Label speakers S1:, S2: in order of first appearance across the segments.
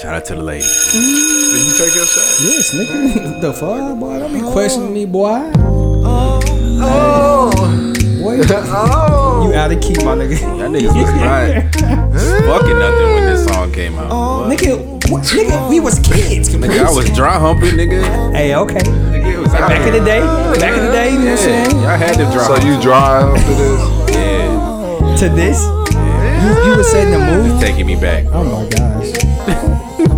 S1: Shout out to the ladies.
S2: Did you take your shot?
S3: Yes, nigga. the fuck, boy? Don't be questioning me, boy.
S1: Oh.
S3: Boy,
S2: Oh,
S3: you out of key, my nigga.
S1: Y'all niggas was right. Fucking nothing when this song came out.
S3: Oh,
S1: What?
S3: Nigga, what, nigga, we was kids.
S1: Nigga, I was dry humping, nigga.
S3: Hey, okay.
S1: Nigga, it was
S3: Back in the day, back in the day, you know
S1: Yeah,
S3: what I'm saying?
S1: y'all had to dry
S2: so you
S1: hump.
S2: drive to this?
S1: Yeah,
S3: To this, you, you was setting the
S1: it's
S3: mood.
S1: taking me back.
S3: Oh my gosh.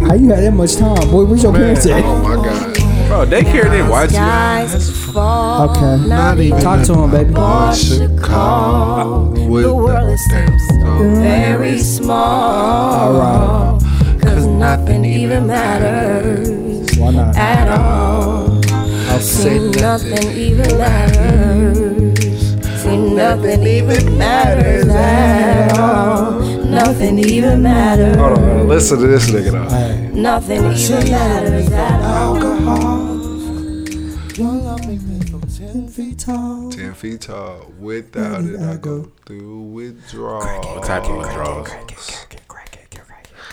S3: How you had that much time, boy? Where's your
S2: Man,
S3: parents at?
S2: oh my god.
S1: Bro, they carried in watch you.
S4: Skies fall.
S3: Okay.
S4: Not even
S3: Talk to him, baby.
S2: Chicago with
S4: The world is
S2: damn song.
S4: very small.
S3: Alright,
S4: Cause nothing even matters
S3: why not?
S4: at all.
S3: I'll
S4: See, nothing even matters. See, nothing even matters at all. Nothing even matters.
S2: Hold on, listen to this nigga though.
S4: Nothing even matters at all.
S2: Ten feet tall, without it I go through withdrawal.
S1: What type of withdrawals?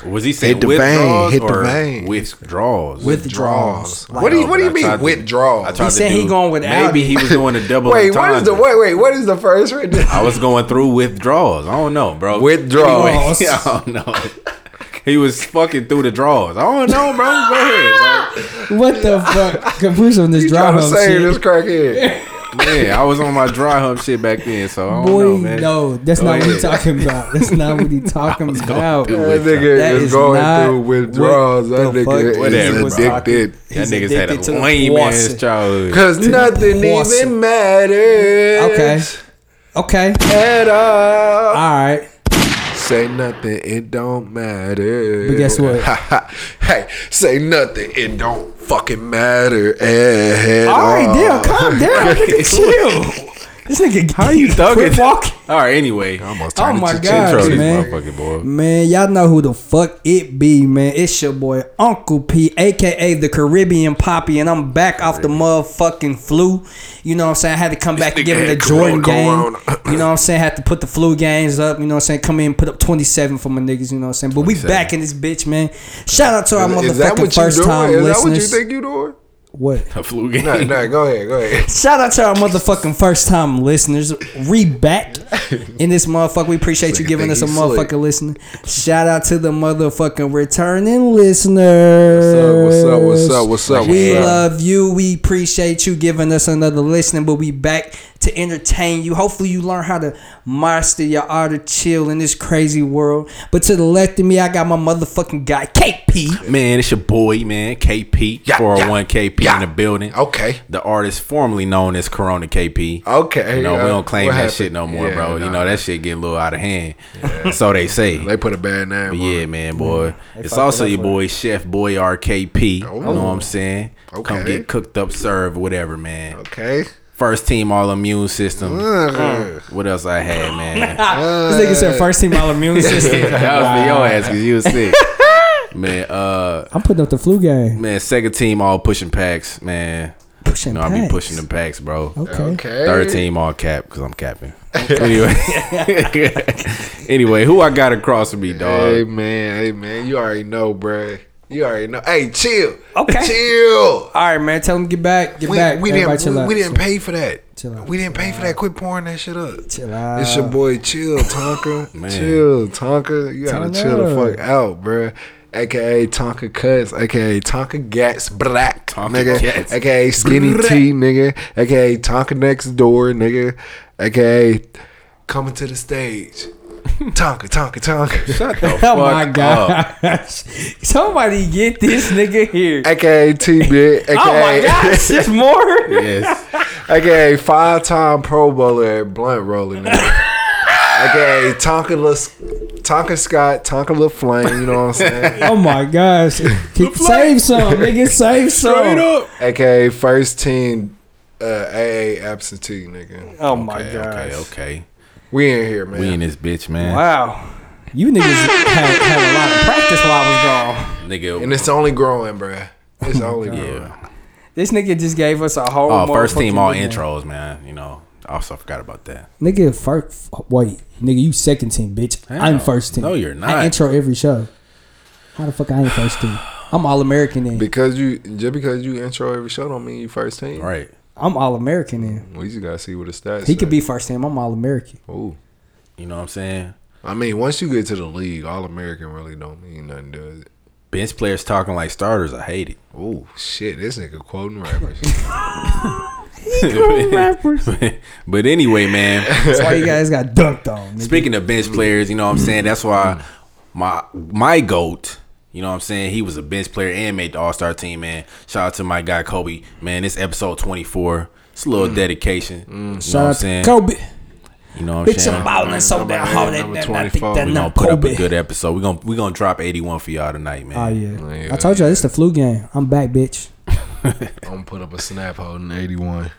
S1: Was he saying
S2: Hit the vein,
S1: withdrawals
S2: hit the
S1: or
S2: vein.
S1: withdrawals?
S3: Withdrawals.
S2: What do you What do you
S1: I tried
S2: mean
S1: to- I
S2: withdrawal?
S1: tried
S3: He
S1: to
S3: said he
S1: do-
S3: going without
S1: Maybe
S3: it.
S1: he was doing a double.
S2: Wait, what is the
S1: entendre.
S2: wait? Wait, what is the first right there?
S1: I was going through withdrawals. I don't know, bro.
S2: Withdrawals.
S3: Oh,
S1: Anyway, yeah, I don't know. He was fucking through the draws. I don't know, bro. Go ahead, bro.
S3: What the fuck? Caprice on this dry
S2: Trying to
S3: hump
S2: save this
S3: shit.
S2: crackhead.
S1: Yeah, I was on my dry hump shit back then, so I don't know,
S3: Boy,
S1: man.
S3: no, that's
S1: Go
S3: not what he
S1: ahead.
S3: talking about. That's not what he talking about.
S1: through
S2: That
S3: That
S2: nigga
S3: is
S2: is going
S3: not
S2: through withdrawals. That
S3: what the fuck
S2: nigga
S1: Whatever,
S2: is
S1: bro.
S2: addicted.
S1: Y'all
S3: He's
S1: niggas had
S3: addicted to
S1: a
S3: the
S1: lame ass
S3: faucet.
S1: childhood.
S2: Cause nothing
S3: Awesome.
S2: even matters.
S3: Okay. Okay.
S2: At all.
S3: All right.
S2: Say nothing, it don't matter.
S3: But guess what?
S2: hey, say nothing, it don't fucking matter at
S3: All
S2: all.
S3: right, damn. Calm down. Nigga, chill. This nigga.
S1: How you thugging?
S3: Quit walking.
S1: All right, anyway.
S2: I almost
S3: Oh
S2: turned
S3: my
S2: it to
S3: God,
S1: Intro
S2: Chintro.
S1: these
S3: man.
S1: motherfucking boy.
S3: Man, y'all know who the fuck it be, man. It's your boy Uncle P, aka the Caribbean Poppy, and I'm back off the motherfucking flu. You know what I'm saying? I had to come back and give him the
S2: nigga had
S3: Jordan
S2: corona,
S3: game. You know what I'm saying? Had to put the flu games up. You know what I'm saying? Come in, put up 27 for my niggas. You know what I'm saying? But we
S1: 27.
S3: back in this bitch, man. Shout out to our
S2: Is that
S3: motherfucking
S2: what you
S3: first time
S2: doing? Is that what you
S3: listeners.
S2: think you doing?
S3: What?
S1: A flu game.
S2: Nah, nah, go ahead, go ahead.
S3: Shout out to our motherfucking first time listeners. Re back in this motherfucker. We appreciate you
S2: Slick,
S3: giving us a
S2: thank you, slick.
S3: motherfucking listen. Shout out to the motherfucking returning listeners.
S2: What's up, what's up, what's up, what's
S3: We
S2: up?
S3: love you. We appreciate you giving us another listening, but we back to entertain you. Hopefully, you learn how to master your art of chill in this crazy world. But to the left of me, I got my motherfucking guy, KP.
S1: Man, it's your boy, man, KP,
S2: Yeah,
S1: 401 KP
S2: yeah.
S1: in the building.
S2: Okay.
S1: The artist formerly known as Corona KP.
S2: Okay,
S1: You know,
S2: yeah.
S1: we don't claim
S2: What
S1: that
S2: happened?
S1: shit no more,
S2: Yeah,
S1: bro. You
S2: nah.
S1: know, that shit get a little out of hand. So they say.
S2: They put a bad name
S1: But
S2: on
S1: yeah,
S2: it.
S1: man, boy. It's
S3: fucked
S1: also
S3: it up
S1: your
S3: for
S1: boy, Chef Boy RKP. You know what I'm saying? Come
S2: Okay.
S1: get cooked up, served, whatever, man.
S2: Okay. Uh-huh,
S1: First team all immune system.
S2: Ugh.
S1: What else I had, man?
S3: this nigga said first team all immune system.
S1: that was for your ass because you was sick. man, uh,
S3: I'm putting up the flu game.
S1: man, second team all pushing packs, man.
S3: Pushing
S1: No, I be
S3: packs.
S1: pushing them packs, bro.
S3: Okay.
S2: Okay.
S1: Third team all cap because I'm capping. Anyway, anyway, who I got across from me, dog?
S2: Hey man, hey man, you already know, bruh. You already know. Hey, chill.
S3: Okay.
S2: Chill.
S3: All right, man. Tell him get back. Get
S2: We,
S3: back.
S2: we
S3: Everybody
S2: didn't
S3: chill
S2: we,
S3: out.
S2: we didn't pay for that.
S3: Chill out,
S2: we didn't pay for that. Quit pouring that shit up.
S3: Chill out.
S2: It's your boy Chill Tonka.
S1: Man.
S2: chill Tonka. You gotta
S3: Turn
S2: chill the
S3: up.
S2: fuck out, bruh. AKA Tonka Cuts, aka Tonka Gats Black,
S1: Tonka
S2: nigga,
S1: Gats.
S2: aka Skinny T, nigga, aka Tonka Next Door, nigga, aka Coming to the Stage, Tonka, Tonka, Tonka.
S1: Shut the
S3: Oh my
S1: fuck up.
S3: gosh! Somebody get this nigga here.
S2: aka T Bit, aka,
S3: Oh my gosh! There's more.
S1: Yes,
S2: aka five time Pro Bowler at Blunt Rolling, nigga. aka Tonka La, Tonka Scott, Tonka La Flame, you know what I'm saying?
S3: Oh my gosh! Keep- save some, nigga. Save some.
S1: straight up.
S2: aka first team uh, AA absentee, nigga.
S3: Oh my
S1: Okay,
S3: gosh!
S1: okay, okay.
S2: We in here, man.
S1: We in this bitch, man.
S3: Wow. You niggas had, had a lot of practice while I was gone.
S1: Nigga.
S2: and it's only growing, bruh. It's only growing.
S1: yeah.
S3: This nigga just gave us a whole.
S1: Oh, first team
S3: motherfucking
S1: all
S3: weekend.
S1: intros, man. You know, I also forgot about that.
S3: Nigga, first. Wait, nigga, you second team, bitch. I'm first team.
S1: No, you're not.
S3: I intro every show. How the fuck I ain't first team? I'm all American then.
S2: Because you just because you intro every show don't mean you first team.
S1: Right.
S3: I'm all American then.
S2: We just gotta see what the stats.
S3: He could
S2: say.
S3: be first team. I'm all American.
S2: Ooh.
S1: You know what I'm saying?
S2: I mean, once you get to the league, all American really don't mean nothing, does it?
S1: Bench players talking like starters. I hate it.
S2: Ooh, shit! This nigga quoting rappers.
S1: but anyway, man.
S3: That's why you guys got dunked on. Nigga.
S1: Speaking of bench players, you know what I'm saying? That's why my my goat, you know what I'm saying? He was a bench player and made the All Star team, man. Shout out to my guy Kobe. Man, this episode 24. It's a little dedication. You know
S3: Mm. Shout
S1: what I'm
S3: out to
S1: saying?
S3: Kobe.
S1: You know what I'm
S3: Bitch,
S1: saying?
S3: I'm bowling so
S2: Number
S3: damn hard
S2: eight,
S3: that
S2: number
S3: that- I think
S2: 24.
S3: that
S2: We
S1: We're
S3: not
S1: gonna put up a
S3: Kobe.
S1: good episode. We're gonna we're gonna drop 81 for y'all tonight, man.
S3: Oh yeah.
S2: Yeah,
S3: I told you all this the flu game. I'm back, bitch.
S2: I'm gonna put up a snap holding eighty one.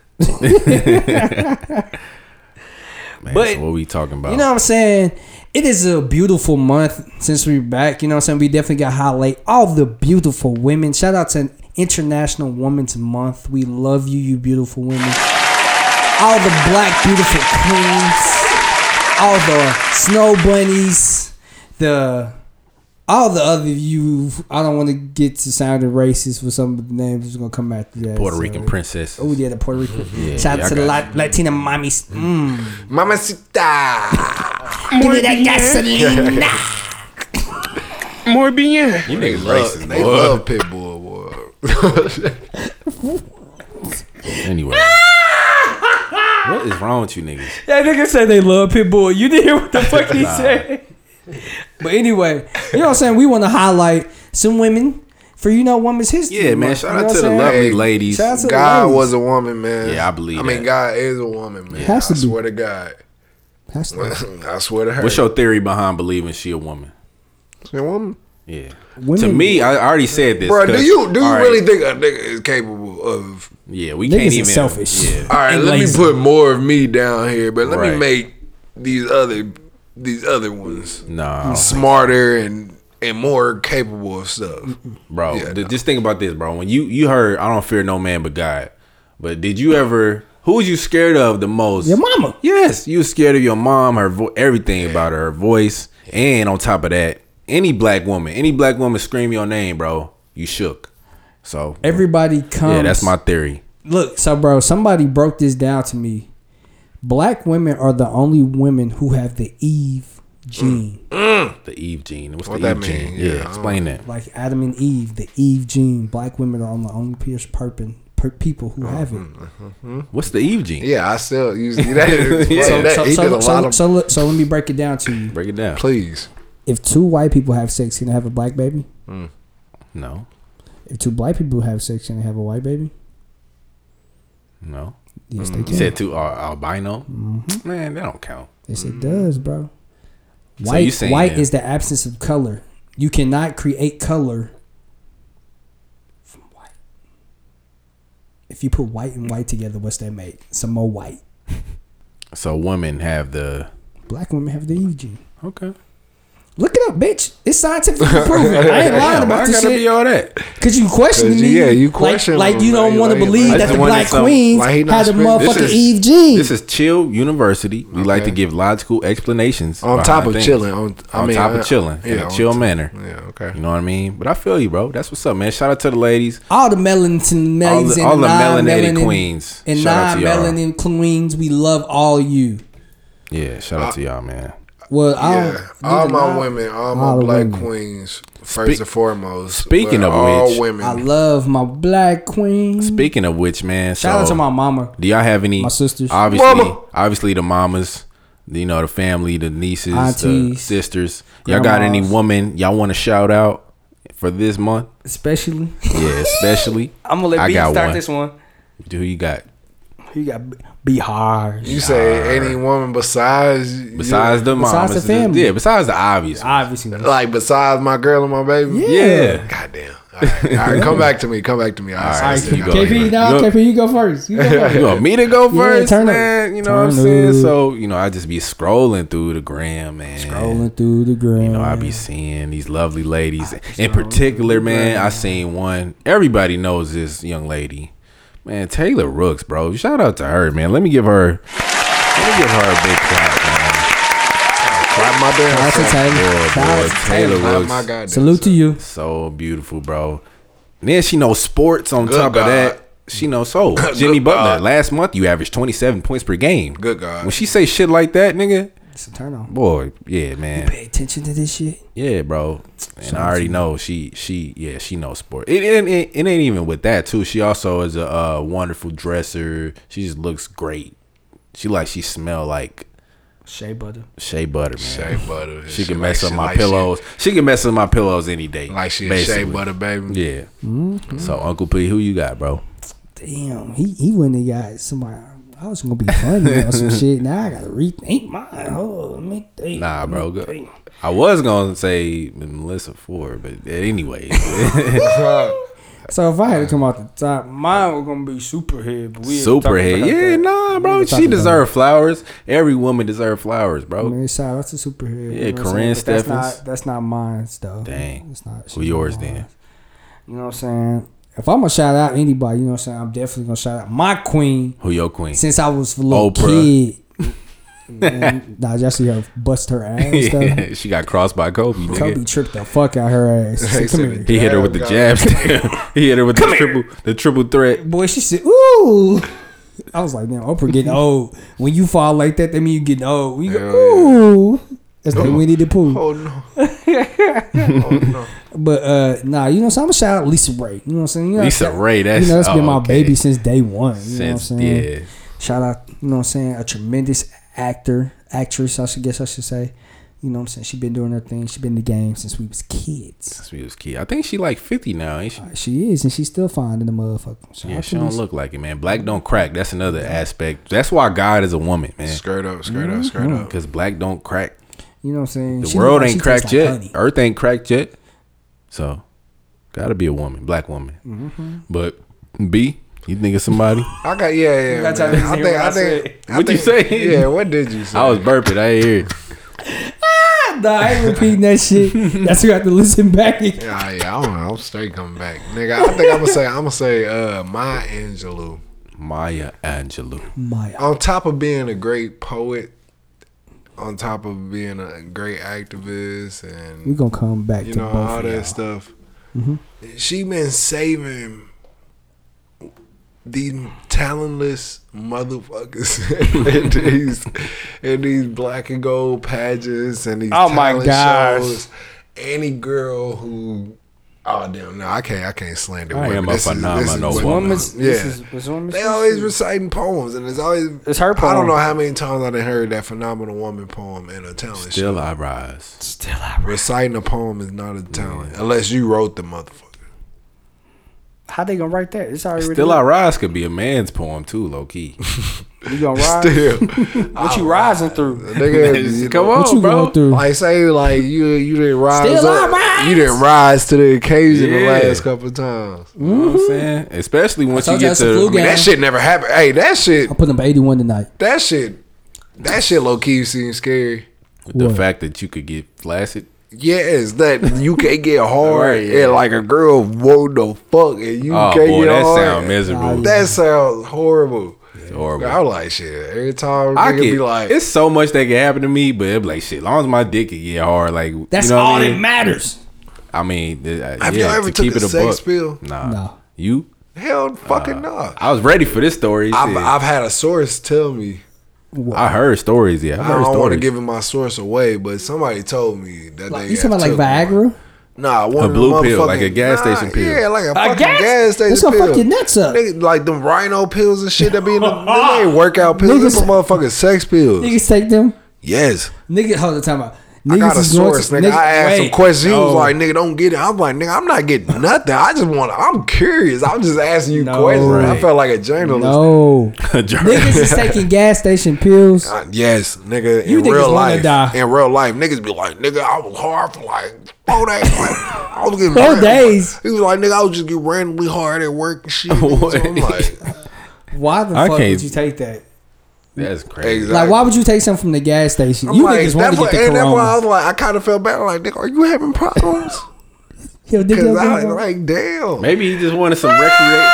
S1: Man,
S3: But-
S1: so what we talking about?
S3: You know what I'm saying? It is a beautiful month since we're back. You know what I'm saying? We definitely got to highlight all the beautiful women. Shout out to International Women's Month. We love you, you beautiful women. All the black beautiful queens. All the snow bunnies. The all the other you I don't want to get to sounding racist for some of the names that's gonna come after that.
S1: Puerto
S3: so-
S1: Rican princess.
S3: Oh yeah, the Puerto Rican. Shout
S1: yeah,
S3: out to
S1: I
S3: the
S1: got
S3: La- Latina mommies. Mm.
S2: Mamacita.
S3: Give me that gasoline.
S1: You niggas
S2: Love,
S1: racist.
S2: they
S1: boy.
S2: love Pitbull. Boy.
S1: Anyway. what is wrong with you niggas?
S3: That nigga said they love Pitbull. You didn't hear what the fuck he said. But anyway, you know what I'm saying? We want to highlight some women for you know women's history.
S1: Yeah, man.
S3: Month,
S1: Shout
S3: you know
S1: out to
S3: what
S1: the
S3: I'm saying?
S1: lovely ladies.
S3: Shout out to-
S2: God
S3: ladies.
S2: was a woman, man.
S1: Yeah, I believe
S2: I mean,
S1: that.
S2: God is a woman, man.
S3: Has to
S2: I
S3: be.
S2: swear to God.
S3: That's the-
S2: I swear to her.
S1: What's your theory behind believing she a woman?
S2: She a woman?
S1: Yeah.
S3: Women-
S1: to me, I I already said this.
S2: Bro, do
S1: 'cause-
S2: you do you
S1: all right,
S2: really think a nigga is capable of?
S1: Yeah, we
S3: Niggas
S1: can't
S3: is
S1: even.
S3: selfish.
S1: Yeah.
S2: All right,
S3: And
S2: let
S3: lazy.
S2: me put more of me down here, but let
S1: Right.
S2: me make these other these other ones
S1: Nah,
S2: smarter and and more capable of stuff.
S1: bro.
S2: Yeah,
S1: th- Just think about this, bro. When you you heard, I don't fear no man but God. But did you ever? Who was you scared of the most?
S3: Your mama.
S1: Yes, you was scared of your mom, her vo- everything about her, her voice, and on top of that, any black woman, any black woman scream your name, bro, you shook. So
S3: Everybody comes.
S1: yeah, that's my theory.
S3: look. So, bro, somebody broke this down to me. Black women are the only women who have the Eve gene.
S1: Mm. The Eve gene. What's
S2: What
S1: the
S2: that
S1: Eve
S2: mean?
S1: gene?
S2: Yeah,
S1: Yeah,
S2: I don't-
S1: explain that.
S3: like Adam and Eve, the Eve gene. Black women are on the only pierce purpin per people who
S1: Mm-hmm.
S3: have it.
S1: What's the Eve gene?
S2: Yeah, I still use that.
S1: Yeah.
S2: so, that
S3: So,
S2: he did
S3: so,
S2: a
S3: so,
S2: lot of
S3: so, look- so let me break it down to you.
S1: Break it down.
S2: please.
S3: If two white people have sex, can they have a black baby?
S1: No,
S3: If two black people have sex, can they have a white baby?
S1: no.
S3: Yes, they
S1: You
S3: can.
S1: said two are albino.
S2: Mm-hmm.
S1: Man, that don't count.
S3: yes, it does, bro.
S1: So
S3: White,
S1: you saying-
S3: white is the absence of color. You cannot create color from white. If you put white and white together, what's that make? Some more white.
S1: So women have the
S3: Black women have the Eve gene.
S1: okay.
S3: Look it up, bitch. It's scientifically proven. I ain't lying
S1: Damn,
S3: about
S1: why
S3: this
S1: gotta be
S3: shit.
S1: all that.
S3: Cause you questioning
S2: 'Cause
S3: me.
S2: you- yeah, you
S3: Like-
S2: questioning
S3: Like, you
S2: me,
S3: don't
S2: like-
S3: want to
S2: like-
S3: believe
S2: like
S3: that
S1: the
S3: the
S1: one
S3: black
S1: that's on-
S3: queens
S2: why he not
S3: had the
S2: screaming? This
S3: motherfucking
S1: is-
S3: Eve gene.
S1: This is Chill University. We like to
S2: Okay.
S1: give logical explanations
S2: On
S1: behind
S2: top of
S1: things.
S2: chilling, on, I
S1: on
S2: mean,
S1: top
S2: I-
S1: of chilling in a
S2: on
S1: chill
S2: top-
S1: manner.
S2: Yeah, okay.
S1: You know what I mean? But I feel you, bro. That's what's up, man. Shout out to the ladies,
S3: all the melanin,
S1: all
S3: melanin
S1: the,
S3: and
S1: all the melanated
S3: non-melanin
S1: queens.
S3: and
S1: shout out to y'all.
S3: non-melanin queens. We love all you.
S1: Yeah, shout
S2: Uh,
S1: out to y'all, man.
S3: Well, I
S2: Yeah,
S3: don't,
S2: all
S3: do
S2: my
S3: not-
S2: women, all
S3: all
S2: my
S3: the
S2: black
S3: women.
S2: queens, first and foremost.
S1: speaking
S2: but
S1: of
S2: all
S1: which-
S2: women,
S3: I love my black queens.
S1: Speaking of which, man,
S3: Shout out
S1: so-
S3: to my mama.
S1: Do y'all have any?
S3: My sisters.
S1: Obviously,
S2: Mama.
S1: obviously the mamas. You know the family, the nieces, the
S3: Aunties.
S1: sisters. Y'all got any
S3: Grandmas.
S1: woman y'all want to shout out for this month?
S3: Especially,
S1: Yeah, especially.
S3: I'm gonna
S1: I
S3: let B
S1: got
S3: start
S1: one.
S3: this one.
S1: Who you got
S3: You got B- be hard.
S2: you say any woman besides you-
S1: besides the
S3: Besides
S1: mamas?
S3: the family.
S1: Yeah, besides the obvious. ones.
S3: Obviously,
S2: like besides my girl and my baby.
S3: Yeah.
S1: Yeah.
S2: Goddamn. All right, all right, come back to me. Come back to me. All right,
S1: right,
S2: so
S1: you
S2: you
S1: go.
S2: go.
S1: anyway.
S3: KP, now
S1: You go-
S3: KP, you go first. You go first.
S1: You want me to go
S3: Yeah,
S1: first,
S3: turn up.
S1: man? You know what I'm
S3: Turn
S1: saying?
S3: up.
S1: So you know, I just be scrolling through the gram, man.
S3: Scrolling through the gram.
S1: You know, I be seeing these lovely ladies. In particular, man, I seen one. Everybody knows this young lady, man. Taylor Rooks, bro. Shout out to her, man. Let me give her. Let me give her a big clap, man. Clap
S2: Not my damn
S3: Shout out to
S2: self.
S3: Taylor.
S1: Boy,
S3: Shout out
S1: boy,
S3: to
S1: Taylor
S2: Not
S1: looks
S2: my goddamn
S3: Salute to
S2: self.
S3: you.
S1: so beautiful, bro. And then she knows sports on
S2: Good
S1: top of
S2: God.
S1: that. She knows so Jimmy
S2: Good
S1: Butler.
S2: God.
S1: Last month you averaged twenty seven points per game.
S2: Good God.
S1: When she say shit like that, nigga,
S3: It's a turn on.
S1: boy, yeah, man.
S3: Pay attention to this shit.
S1: Yeah, bro. And I already know she she yeah she knows sport. It, it, it, it ain't even with that too. She also is a uh, wonderful dresser. She just looks great. She like she smell like
S3: Shea butter.
S1: shea butter, man.
S2: Shea butter. and
S1: She
S2: shit
S1: can mess
S2: like
S1: up
S2: shit,
S1: my
S2: like
S1: pillows. She, can mess up my pillows any day.
S2: shit- Like she a
S1: basically.
S2: shea butter, baby.
S1: Yeah.
S3: Mm-hmm.
S1: So Uncle P, who you got, bro?
S3: Damn, he he wouldn't have got somebody. I was gonna be funny or some shit. Now I gotta rethink mine. Oh, let me think.
S1: Nah, bro.
S3: Let me
S1: Go. I was gonna say Melissa Ford, but anyway,
S3: think. So if I had to come out the top, mine was gonna be superhead. But we ain't talking
S1: Superhead.
S3: about
S1: Yeah,
S3: that.
S1: nah,
S3: We
S1: bro.
S3: ain't
S1: She
S3: talking about
S1: deserve flowers. Every woman deserve flowers, bro.
S3: that. Man, shout out to superhead.
S1: Yeah,
S3: you know what I'm
S1: Corinne
S3: saying? But that's
S1: Steffens.
S3: Not, that's not mine though.
S1: Dang.
S3: It's not.
S1: Who
S3: she's
S1: yours
S3: not
S1: then?
S3: mine. You know what I'm saying? If I'm gonna shout out anybody, you know what I'm saying? I'm definitely gonna shout out my queen
S1: Who your queen?
S3: since I was a little
S1: Oprah.
S3: kid. Man, nah, y'all see her bust her ass. though.
S1: Yeah, she got crossed by Kobe. nigga.
S3: Kobe tripped the fuck out her ass. She said, Come here.
S1: He hit her with the jab step. he hit her with the triple, the triple threat.
S3: Boy, she said, ooh. I was like, damn, Oprah getting old. When you fall like that, that mean you getting old. When you
S2: Hell
S3: go,
S2: yeah.
S3: ooh. That's like Winnie the Pooh.
S2: Oh no. oh no.
S3: But uh nah, you know what I'm saying? I'm gonna shout out Lisa Ray. You know what I'm saying? You know,
S1: Lisa
S3: that-
S1: Ray. That's
S3: you know, that's been
S1: oh,
S3: my
S1: okay.
S3: baby since day one. You know what I'm
S1: Since
S3: saying?
S1: yeah,
S3: Shout out, you know what I'm saying? A tremendous actor, actress, I should guess I should say. You know what I'm saying? She been doing her thing. She been in the game since we was kids.
S1: since we was kid. I think she like fifty now. Ain't she?
S3: She is, and she's still finding the motherfucker. Shout
S1: Yeah,
S3: out
S1: she
S3: to
S1: don't
S3: Lisa.
S1: look like it, man. Black don't crack. That's another aspect. That's why God is a woman, man.
S2: Skirt up, skirt
S3: Mm-hmm.
S2: up, skirt up.
S1: Because black don't crack.
S3: You know what I'm saying?
S1: The
S3: She
S1: world
S3: look like she
S1: ain't
S3: tastes
S1: cracked
S3: like
S1: yet.
S3: honey.
S1: Earth ain't cracked yet. So, gotta be a woman, black woman.
S3: Mm-hmm.
S1: But B, you think of somebody?
S2: I got yeah, yeah.
S3: got y'all
S2: man.
S3: niggas hear
S2: I think
S3: what I
S2: I think I
S1: What'd you
S2: think-
S1: say?
S2: Yeah, what did you say?
S1: I was burping. I didn't hear it.
S3: Nah, I ain't repeating that shit. That's who I have to listen back. again.
S2: Yeah, yeah, I don't know. I'm straight coming back, nigga. I think I'm gonna say I'm gonna say uh, Maya Angelou.
S1: Maya Angelou.
S3: Maya.
S2: On top of being a great poet, on top of being a great activist, and
S3: We gonna come back
S2: you
S3: to
S2: know
S3: both
S2: all
S3: of
S2: that
S3: y'all. Mm-hmm.
S2: stuff, she been saving these talentless motherfuckers and these and these black and gold pageants and these
S3: Oh my
S2: talent
S3: gosh.
S2: shows. Any girl who oh damn no I can't I can't slander
S1: I
S2: women.
S1: am a
S2: this is- this is
S1: phenomenal
S2: what-
S1: woman.
S3: Woman's,
S2: Yeah.
S3: this is- was woman's
S2: They always
S3: history.
S2: reciting poems and it's always
S3: It's her
S2: I
S3: poem.
S2: don't know how many times I done heard that phenomenal woman poem in a talent show.
S1: Still I rise.
S3: Still out.
S2: Reciting a poem is not a talent unless you wrote the motherfucker.
S3: How they gonna write that? It's already
S1: Still I rise could be a man's poem too, low key.
S3: You gonna rise?
S2: Still, Oh,
S3: what you rising through?
S2: nigga, you
S1: Come
S2: know,
S1: on,
S3: What you
S1: bro.
S3: going through?
S2: Like say like you you didn't rise,
S3: Still I
S2: up,
S3: rise.
S2: you didn't rise to the occasion
S1: Yeah.
S2: the last couple of times.
S1: You know
S2: Mm-hmm.
S1: what I'm saying? Especially once you
S3: told you
S1: get
S3: that's the
S1: to
S3: flu
S2: I mean,
S3: Yeah.
S2: that shit never happened. Hey, that shit,
S3: I'm putting up 81 tonight.
S2: that shit, that shit low key seems scary.
S1: the
S3: What?
S1: fact that you could get flaccid.
S2: Yes, that you can't get hard
S1: Right, yeah.
S2: and like a girl, whoa the fuck, and you
S1: Oh
S2: can't
S1: boy,
S2: get
S1: that
S2: hard.
S1: sound miserable.
S3: Nah,
S2: That sounds horrible.
S1: It's horrible.
S2: I was like shit every time.
S1: I
S2: nigga
S1: could
S2: be like,
S1: it's so much that can happen to me, but it be like shit. Long as my dick can get hard, like
S3: That's
S1: you know
S3: all
S1: what I
S3: that
S1: mean.
S3: matters.
S1: I mean, th- uh,
S2: Have
S1: yeah,
S2: y'all ever
S1: to
S2: took
S1: keep
S2: a
S1: it a
S2: sex
S1: buck.
S2: pill?
S1: Nah,
S3: No.
S1: you.
S2: hell, fucking no.
S1: I was ready for this story.
S2: I've,
S1: shit.
S2: I've had a source tell me.
S1: I heard stories. Yeah, I
S2: I
S1: heard
S2: don't want to
S1: stories.
S2: give my source away, but somebody told me that
S3: Like,
S2: they.
S3: you talking about like
S2: took
S3: Viagra?
S2: One. Nah, one
S1: A
S2: of them
S1: blue pill,
S2: motherfucking-
S1: like a gas
S2: nah,
S1: station pill.
S2: Yeah, like a, fucking
S3: gas-
S2: gas, station
S3: It's gonna
S2: pill.
S3: fuck your nuts up.
S2: Nigga, like them rhino pills and shit that be in the they ain't workout pills. Niggas,
S3: Niggas-
S2: them motherfucking sex pills.
S3: Niggas take them.
S2: yes.
S3: Nigga, hold the time out.
S2: I
S3: Niggas
S2: got a
S3: is going
S2: source,
S3: to-
S2: nigga.
S3: nigga-
S2: I asked some
S3: wait.
S2: questions. He was
S3: No.
S2: like, nigga, don't get it. I'm like, nigga, I'm not getting nothing. I just want to, I'm curious. I'm just asking you
S3: No.
S2: questions.
S1: Right.
S2: I felt like a journalist.
S3: No. Niggas is taking gas station pills.
S2: Uh, yes, nigga.
S3: You
S2: in
S3: niggas
S2: real
S3: wanna
S2: life,
S3: die.
S2: in real life, niggas be like, nigga, I was hard for like four days. Like, I was getting
S3: Four
S2: ran-
S3: days?
S2: He was like, nigga, I was just getting randomly hard at work and shit. nigga. So I'm
S1: What?
S2: like,
S3: Why the
S1: I
S3: fuck
S1: can't-
S3: would you take that?
S1: That's crazy.
S2: Exactly.
S3: Like, why would you take something from the gas station?
S2: I'm
S3: you
S2: like,
S3: niggas want
S2: that's
S3: to get
S2: what,
S3: the
S2: and that's why I
S3: corona.
S2: was like, I kind of felt bad. I'm like, nigga, are you having problems?
S3: Yo, dick, yo,
S2: Because I
S3: dick, yo.
S2: like, damn.
S1: Maybe he just wanted some recreate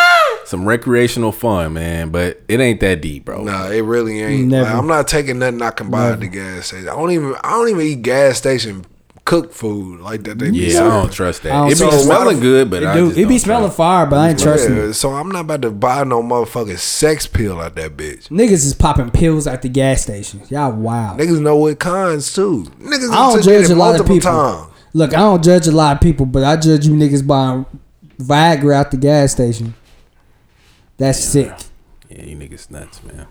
S1: Some recreational fun, man, but it ain't that deep, bro.
S2: Nah, it really ain't.
S3: Never.
S2: Like, I'm not taking nothing I can buy at the gas station. I don't even. I don't even eat gas station cooked food like that. They be
S1: Yeah, I
S2: serving.
S1: don't trust that.
S3: I don't
S1: it be
S3: trust-
S1: smelling good, but
S3: It,
S1: I
S3: do,
S1: just
S3: it be
S1: don't
S3: smelling
S1: trust
S3: fire, but I ain't trusting.
S2: Yeah, so I'm not about to buy no motherfucking sex pill at that bitch.
S3: Niggas is popping pills at the gas stations. Y'all wild.
S2: Niggas know what cons too.
S3: I don't
S2: Niggas done did
S3: judge
S2: it
S3: a lot of
S2: multiple
S3: people.
S2: times.
S3: Look, I don't judge a lot of people, but I judge you niggas buying Viagra at the gas station. That's sick.
S1: Yeah, you niggas nuts, man.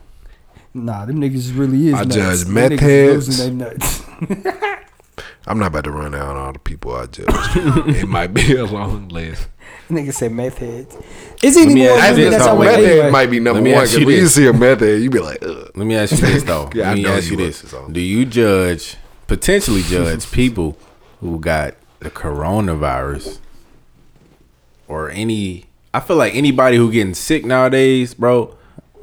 S3: Nah, them niggas really is.
S2: I
S3: nuts.
S2: judge
S3: Them
S2: meth
S3: niggas
S2: heads.
S3: losing they nuts.
S2: I'm not about to run out on all the people I judge. it might be a long list.
S3: Niggas say meth heads. Is it any
S1: me
S3: more?
S1: ask
S2: I
S1: you
S3: women
S1: this,
S3: That's
S1: how
S3: our
S1: many-
S3: way
S2: meth
S3: anyway?
S2: head might be number
S1: Let me
S2: one
S1: ask
S2: because
S1: you
S2: when you
S1: this.
S2: see a meth head, you be like, ugh.
S1: Let me ask you this though.
S2: Yeah, I
S1: Let me
S2: know
S1: ask you
S2: you would,
S1: this.
S2: so.
S1: Do you judge potentially judge people who got the coronavirus or any I feel like anybody who getting sick nowadays, bro.
S3: Bitch,
S1: You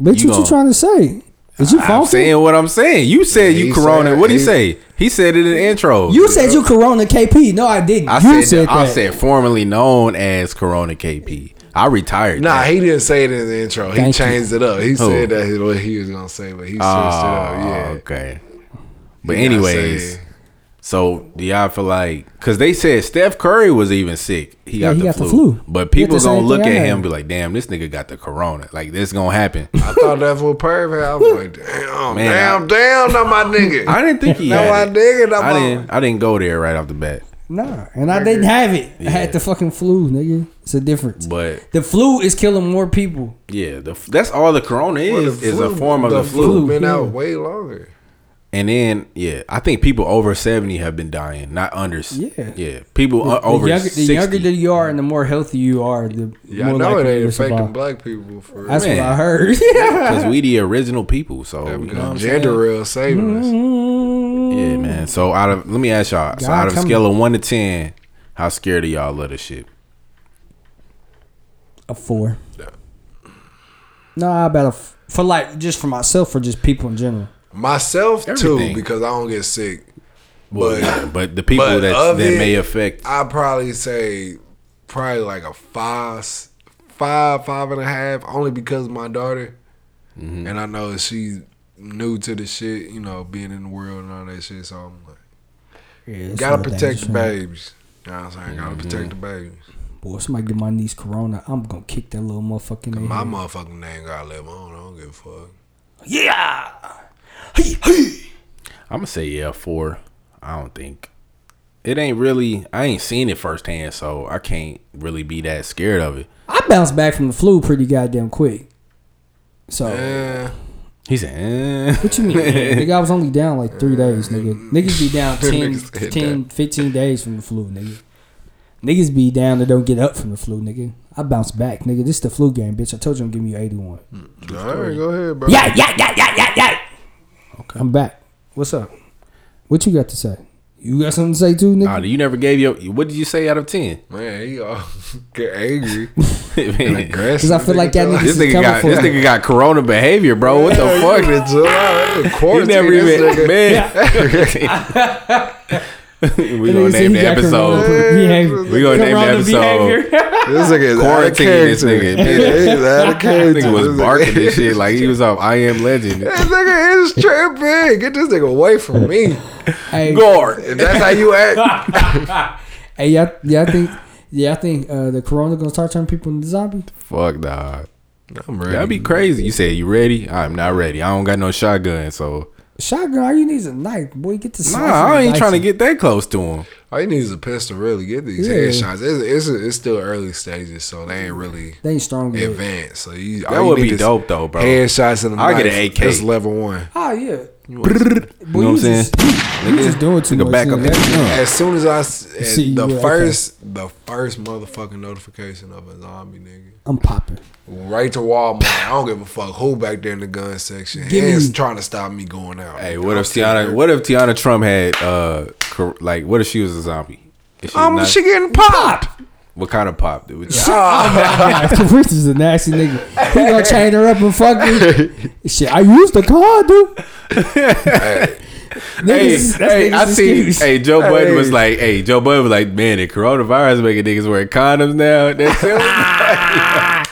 S3: what you
S1: gonna-
S3: trying to say? Is you
S1: I'm
S3: funky?
S1: saying what I'm saying. You said
S2: Yeah,
S1: you
S2: he
S1: corona.
S2: said-
S1: What did he
S2: he-
S1: say? He said it in the intro.
S3: You said you Corona KP. No, I didn't.
S1: I
S3: you
S1: said, that, I said formerly known as Corona KP. I retired.
S2: Nah,
S1: that.
S2: he didn't say it in the intro. He
S3: Thank you.
S2: changed it up. He said that is what he was gonna say, but he switched it up.
S1: Oh,
S2: Yeah.
S1: Okay. But
S2: He not
S1: anyways,
S2: saying-
S1: so do y'all feel like because they said Steph Curry was even sick, he
S3: Yeah,
S1: got,
S3: he
S1: the,
S3: got the
S1: flu.
S3: flu.
S1: But
S3: He had
S1: people
S3: the
S1: gonna
S3: same
S1: look at
S3: thing I had.
S1: him and be like, "Damn, this nigga got the corona." Like this gonna happen.
S2: I thought that's what Perv had. I was like, damn,
S1: Man,
S2: damn,
S1: I-
S2: damn, not my nigga.
S1: I didn't think he
S2: No,
S1: had
S2: I
S1: it.
S2: didn't. I'm
S1: I
S2: on-
S1: didn't. I didn't go there right off the bat.
S3: Nah, and I didn't have it. I had the fucking flu, nigga. It's a difference.
S1: But
S3: the flu is killing more people.
S1: yeah, the, f- that's all the corona is
S2: Well, the
S1: is a
S2: flu-
S1: form of the, flu.
S2: Been
S3: yeah.
S2: out way longer.
S1: And then yeah, I think people over seventy have been dying, not under. s-
S3: Yeah.
S1: yeah. People uh,
S3: The
S1: over
S3: younger, the
S1: 60.
S3: younger that you are, and the more healthy you are, the
S2: Yeah, I
S3: more
S2: know it
S3: likely
S2: ain't
S3: you're to
S2: affecting
S3: survive.
S2: black people for real.
S3: That's
S1: Man.
S3: what I heard.
S1: Because we the original people, so
S2: Yeah,
S1: you know what I'm
S2: because
S1: saying?
S2: gender real saving us.
S1: Yeah, man. So out of let me ask y'all. so
S3: God,
S1: out of a
S3: come-
S1: scale of one to ten, how scared are y'all of this shit?
S3: A four. Nah, about a f- for like just for myself or just people in general.
S2: Myself
S1: Everything.
S2: too, because I don't get sick.
S1: Well,
S2: But-
S1: yeah, but the people
S2: but
S1: that
S2: of
S1: that
S2: it-
S1: may affect.
S2: I probably say probably like a five, s- five, five and a half, only because of my daughter, and I know she's new to the shit. You know, being in the world and all that shit. So I'm like,
S3: Yeah, it's
S2: gotta
S3: real
S2: protect the
S3: dangerous, man.
S2: babies. You know what I'm saying? Gotta protect the babies.
S3: Boy, somebody give my niece corona. I'm gonna kick that little motherfucker in the
S2: My
S3: head.
S2: motherfucking name got left on. I don't give a fuck.
S3: Yeah. Hey, hey.
S1: I'm gonna say yeah, four. I don't think it ain't really. I ain't seen it firsthand, so I can't really be that scared of it.
S3: I bounced back from the flu pretty goddamn quick. So
S2: Yeah,
S1: He said, eh.
S3: what you mean? nigga, I was only down like three days, nigga. Niggas be down 10,
S2: Niggas said
S3: 10 15 days from the flu, nigga. Niggas be down that don't get up from the flu, nigga. I bounce back, nigga. This is the flu game, bitch. I told you I'm giving you 81.
S1: Mm.
S2: all right, go ahead, bro.
S3: Yeah, yeah, yeah, yeah, yeah, yeah. Okay. I'm back. What's up? What you got to say? You got something to say too,
S1: Nah,
S3: nigga?
S1: you never gave your. What did you say out of ten?
S2: Man, he all get angry,
S1: Man,
S2: aggressive.
S3: I feel like that nigga-
S1: this
S3: This is
S1: nigga got
S3: coming
S1: this
S3: for you.
S1: nigga got corona behavior, bro. What the fuck?
S2: fuck?
S1: He
S2: Quarantine.
S1: never
S2: this
S1: even
S2: nigga.
S1: man. we
S3: Nigga
S1: gonna
S3: said
S1: name
S3: he
S1: the
S3: got corona
S1: episode.
S3: for behavior.
S1: We gonna name the
S3: Corona
S1: episode.
S3: behavior.
S2: This nigga is
S1: Quarantine this
S2: out of
S1: nigga.
S2: character. Yeah, he's out of
S1: That
S2: character.
S1: nigga was
S2: This
S1: barking
S2: nigga-
S1: this shit like he was off I Am Legend.
S2: This nigga is tripping. Get this nigga away from me.
S3: Hey,
S1: Guard.
S2: If that's how you act,
S3: Hey, y'all, y'all think, yeah, I think uh, the corona gonna start turning people into zombies.
S1: Fuck dog.
S2: I'm
S1: That'd be crazy. You said you ready? I'm not ready. I don't got no shotgun, so
S3: Shotgun, all you need is a knife, boy. Get the
S1: nah. I ain't trying to get that close to him.
S2: All you need is a pistol. to Really, get these
S3: Yeah.
S2: headshots. It's, it's, it's still early stages, so they ain't really
S3: They ain't strong yet.
S2: advanced. So you,
S1: That would be dope though, bro.
S2: Headshots and a
S1: I'll
S2: knife.
S1: get an AK.
S2: That's level one.
S3: Oh yeah,
S1: You know what I'm saying?
S3: You just doing too
S1: Nigga
S3: much.
S1: back up
S3: nigga.
S1: that gun.
S2: As soon as I s- as
S3: See,
S2: the
S3: you- okay.
S2: first the first motherfucking notification of a zombie nigga.
S3: I'm popping.
S2: Right to Walmart. I don't give a fuck who back there in the gun section.
S3: Give
S2: Hands
S3: me-
S2: trying to stop me going out.
S1: Hey, what if
S2: I'm
S1: Tiana?
S2: scared.
S1: What if Tiana Trump had uh, cor- like, what if she was a zombie? If she's
S2: Um,
S1: not-
S2: she getting popped.
S1: what kind of pop? Dude?
S3: Oh, Yeah, Rich is a nasty nigga. He gonna chain her up and fuck me. Shit, I used the car, dude.
S2: Hey,
S1: hey,
S3: Niggas, that's
S1: hey,
S3: niggas
S1: I see.
S3: excuse.
S1: Hey, Joe Budden was
S2: Hey.
S1: like, hey, Joe Budden was like, man, the coronavirus making niggas wear condoms now. That's it.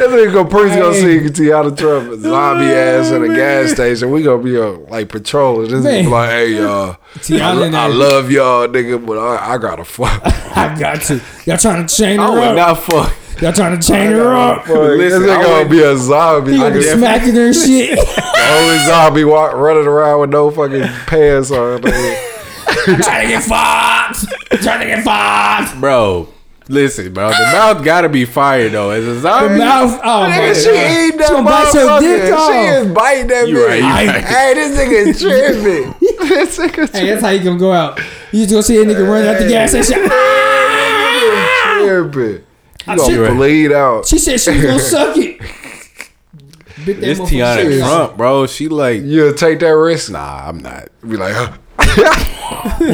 S2: That nigga Prince gonna sing Tiana Trump with zombie ass in a gas station. We gonna be uh, like patrolling. This
S3: Man.
S2: nigga like, hey y'all, I,
S3: Tiana
S2: lo- I
S3: that-
S2: love y'all, nigga, but I, I gotta fuck. I
S3: I got to. Y'all trying to chain her
S1: Oh,
S3: up.
S2: would not fuck.
S3: Y'all trying to chain her up.
S2: Listen, this
S1: I
S2: nigga gonna
S1: would-
S2: be a zombie.
S3: You
S2: I
S3: gonna be
S2: can
S3: smacking her and shit.
S2: Only zombie walk, running around with no fucking pants on. nigga.
S3: trying to get fucked. Trying to get fucked.
S1: bro. Listen, bro. The mouth gotta be fired though. As a zombie,
S3: Mouth. Oh my
S2: Nigga, she
S3: god.
S2: eat that
S3: gonna bite your
S2: motherfucker.
S3: dick off.
S2: She is biting that
S1: You right,
S2: bitch.
S1: you right.
S2: Hey, this nigga is tripping. this nigga
S3: Hey, that's how you gonna go out. You just gonna see a nigga run out the gas station. Ah!
S2: tripping. You
S3: She-
S2: gonna bleed out.
S3: She said she was gonna suck it. Bit that
S1: it's
S3: motherfucker.
S1: Tiana Trump, bro. She like,
S2: You'll take that risk. Nah,
S1: nah, I'm not.
S2: be like, huh?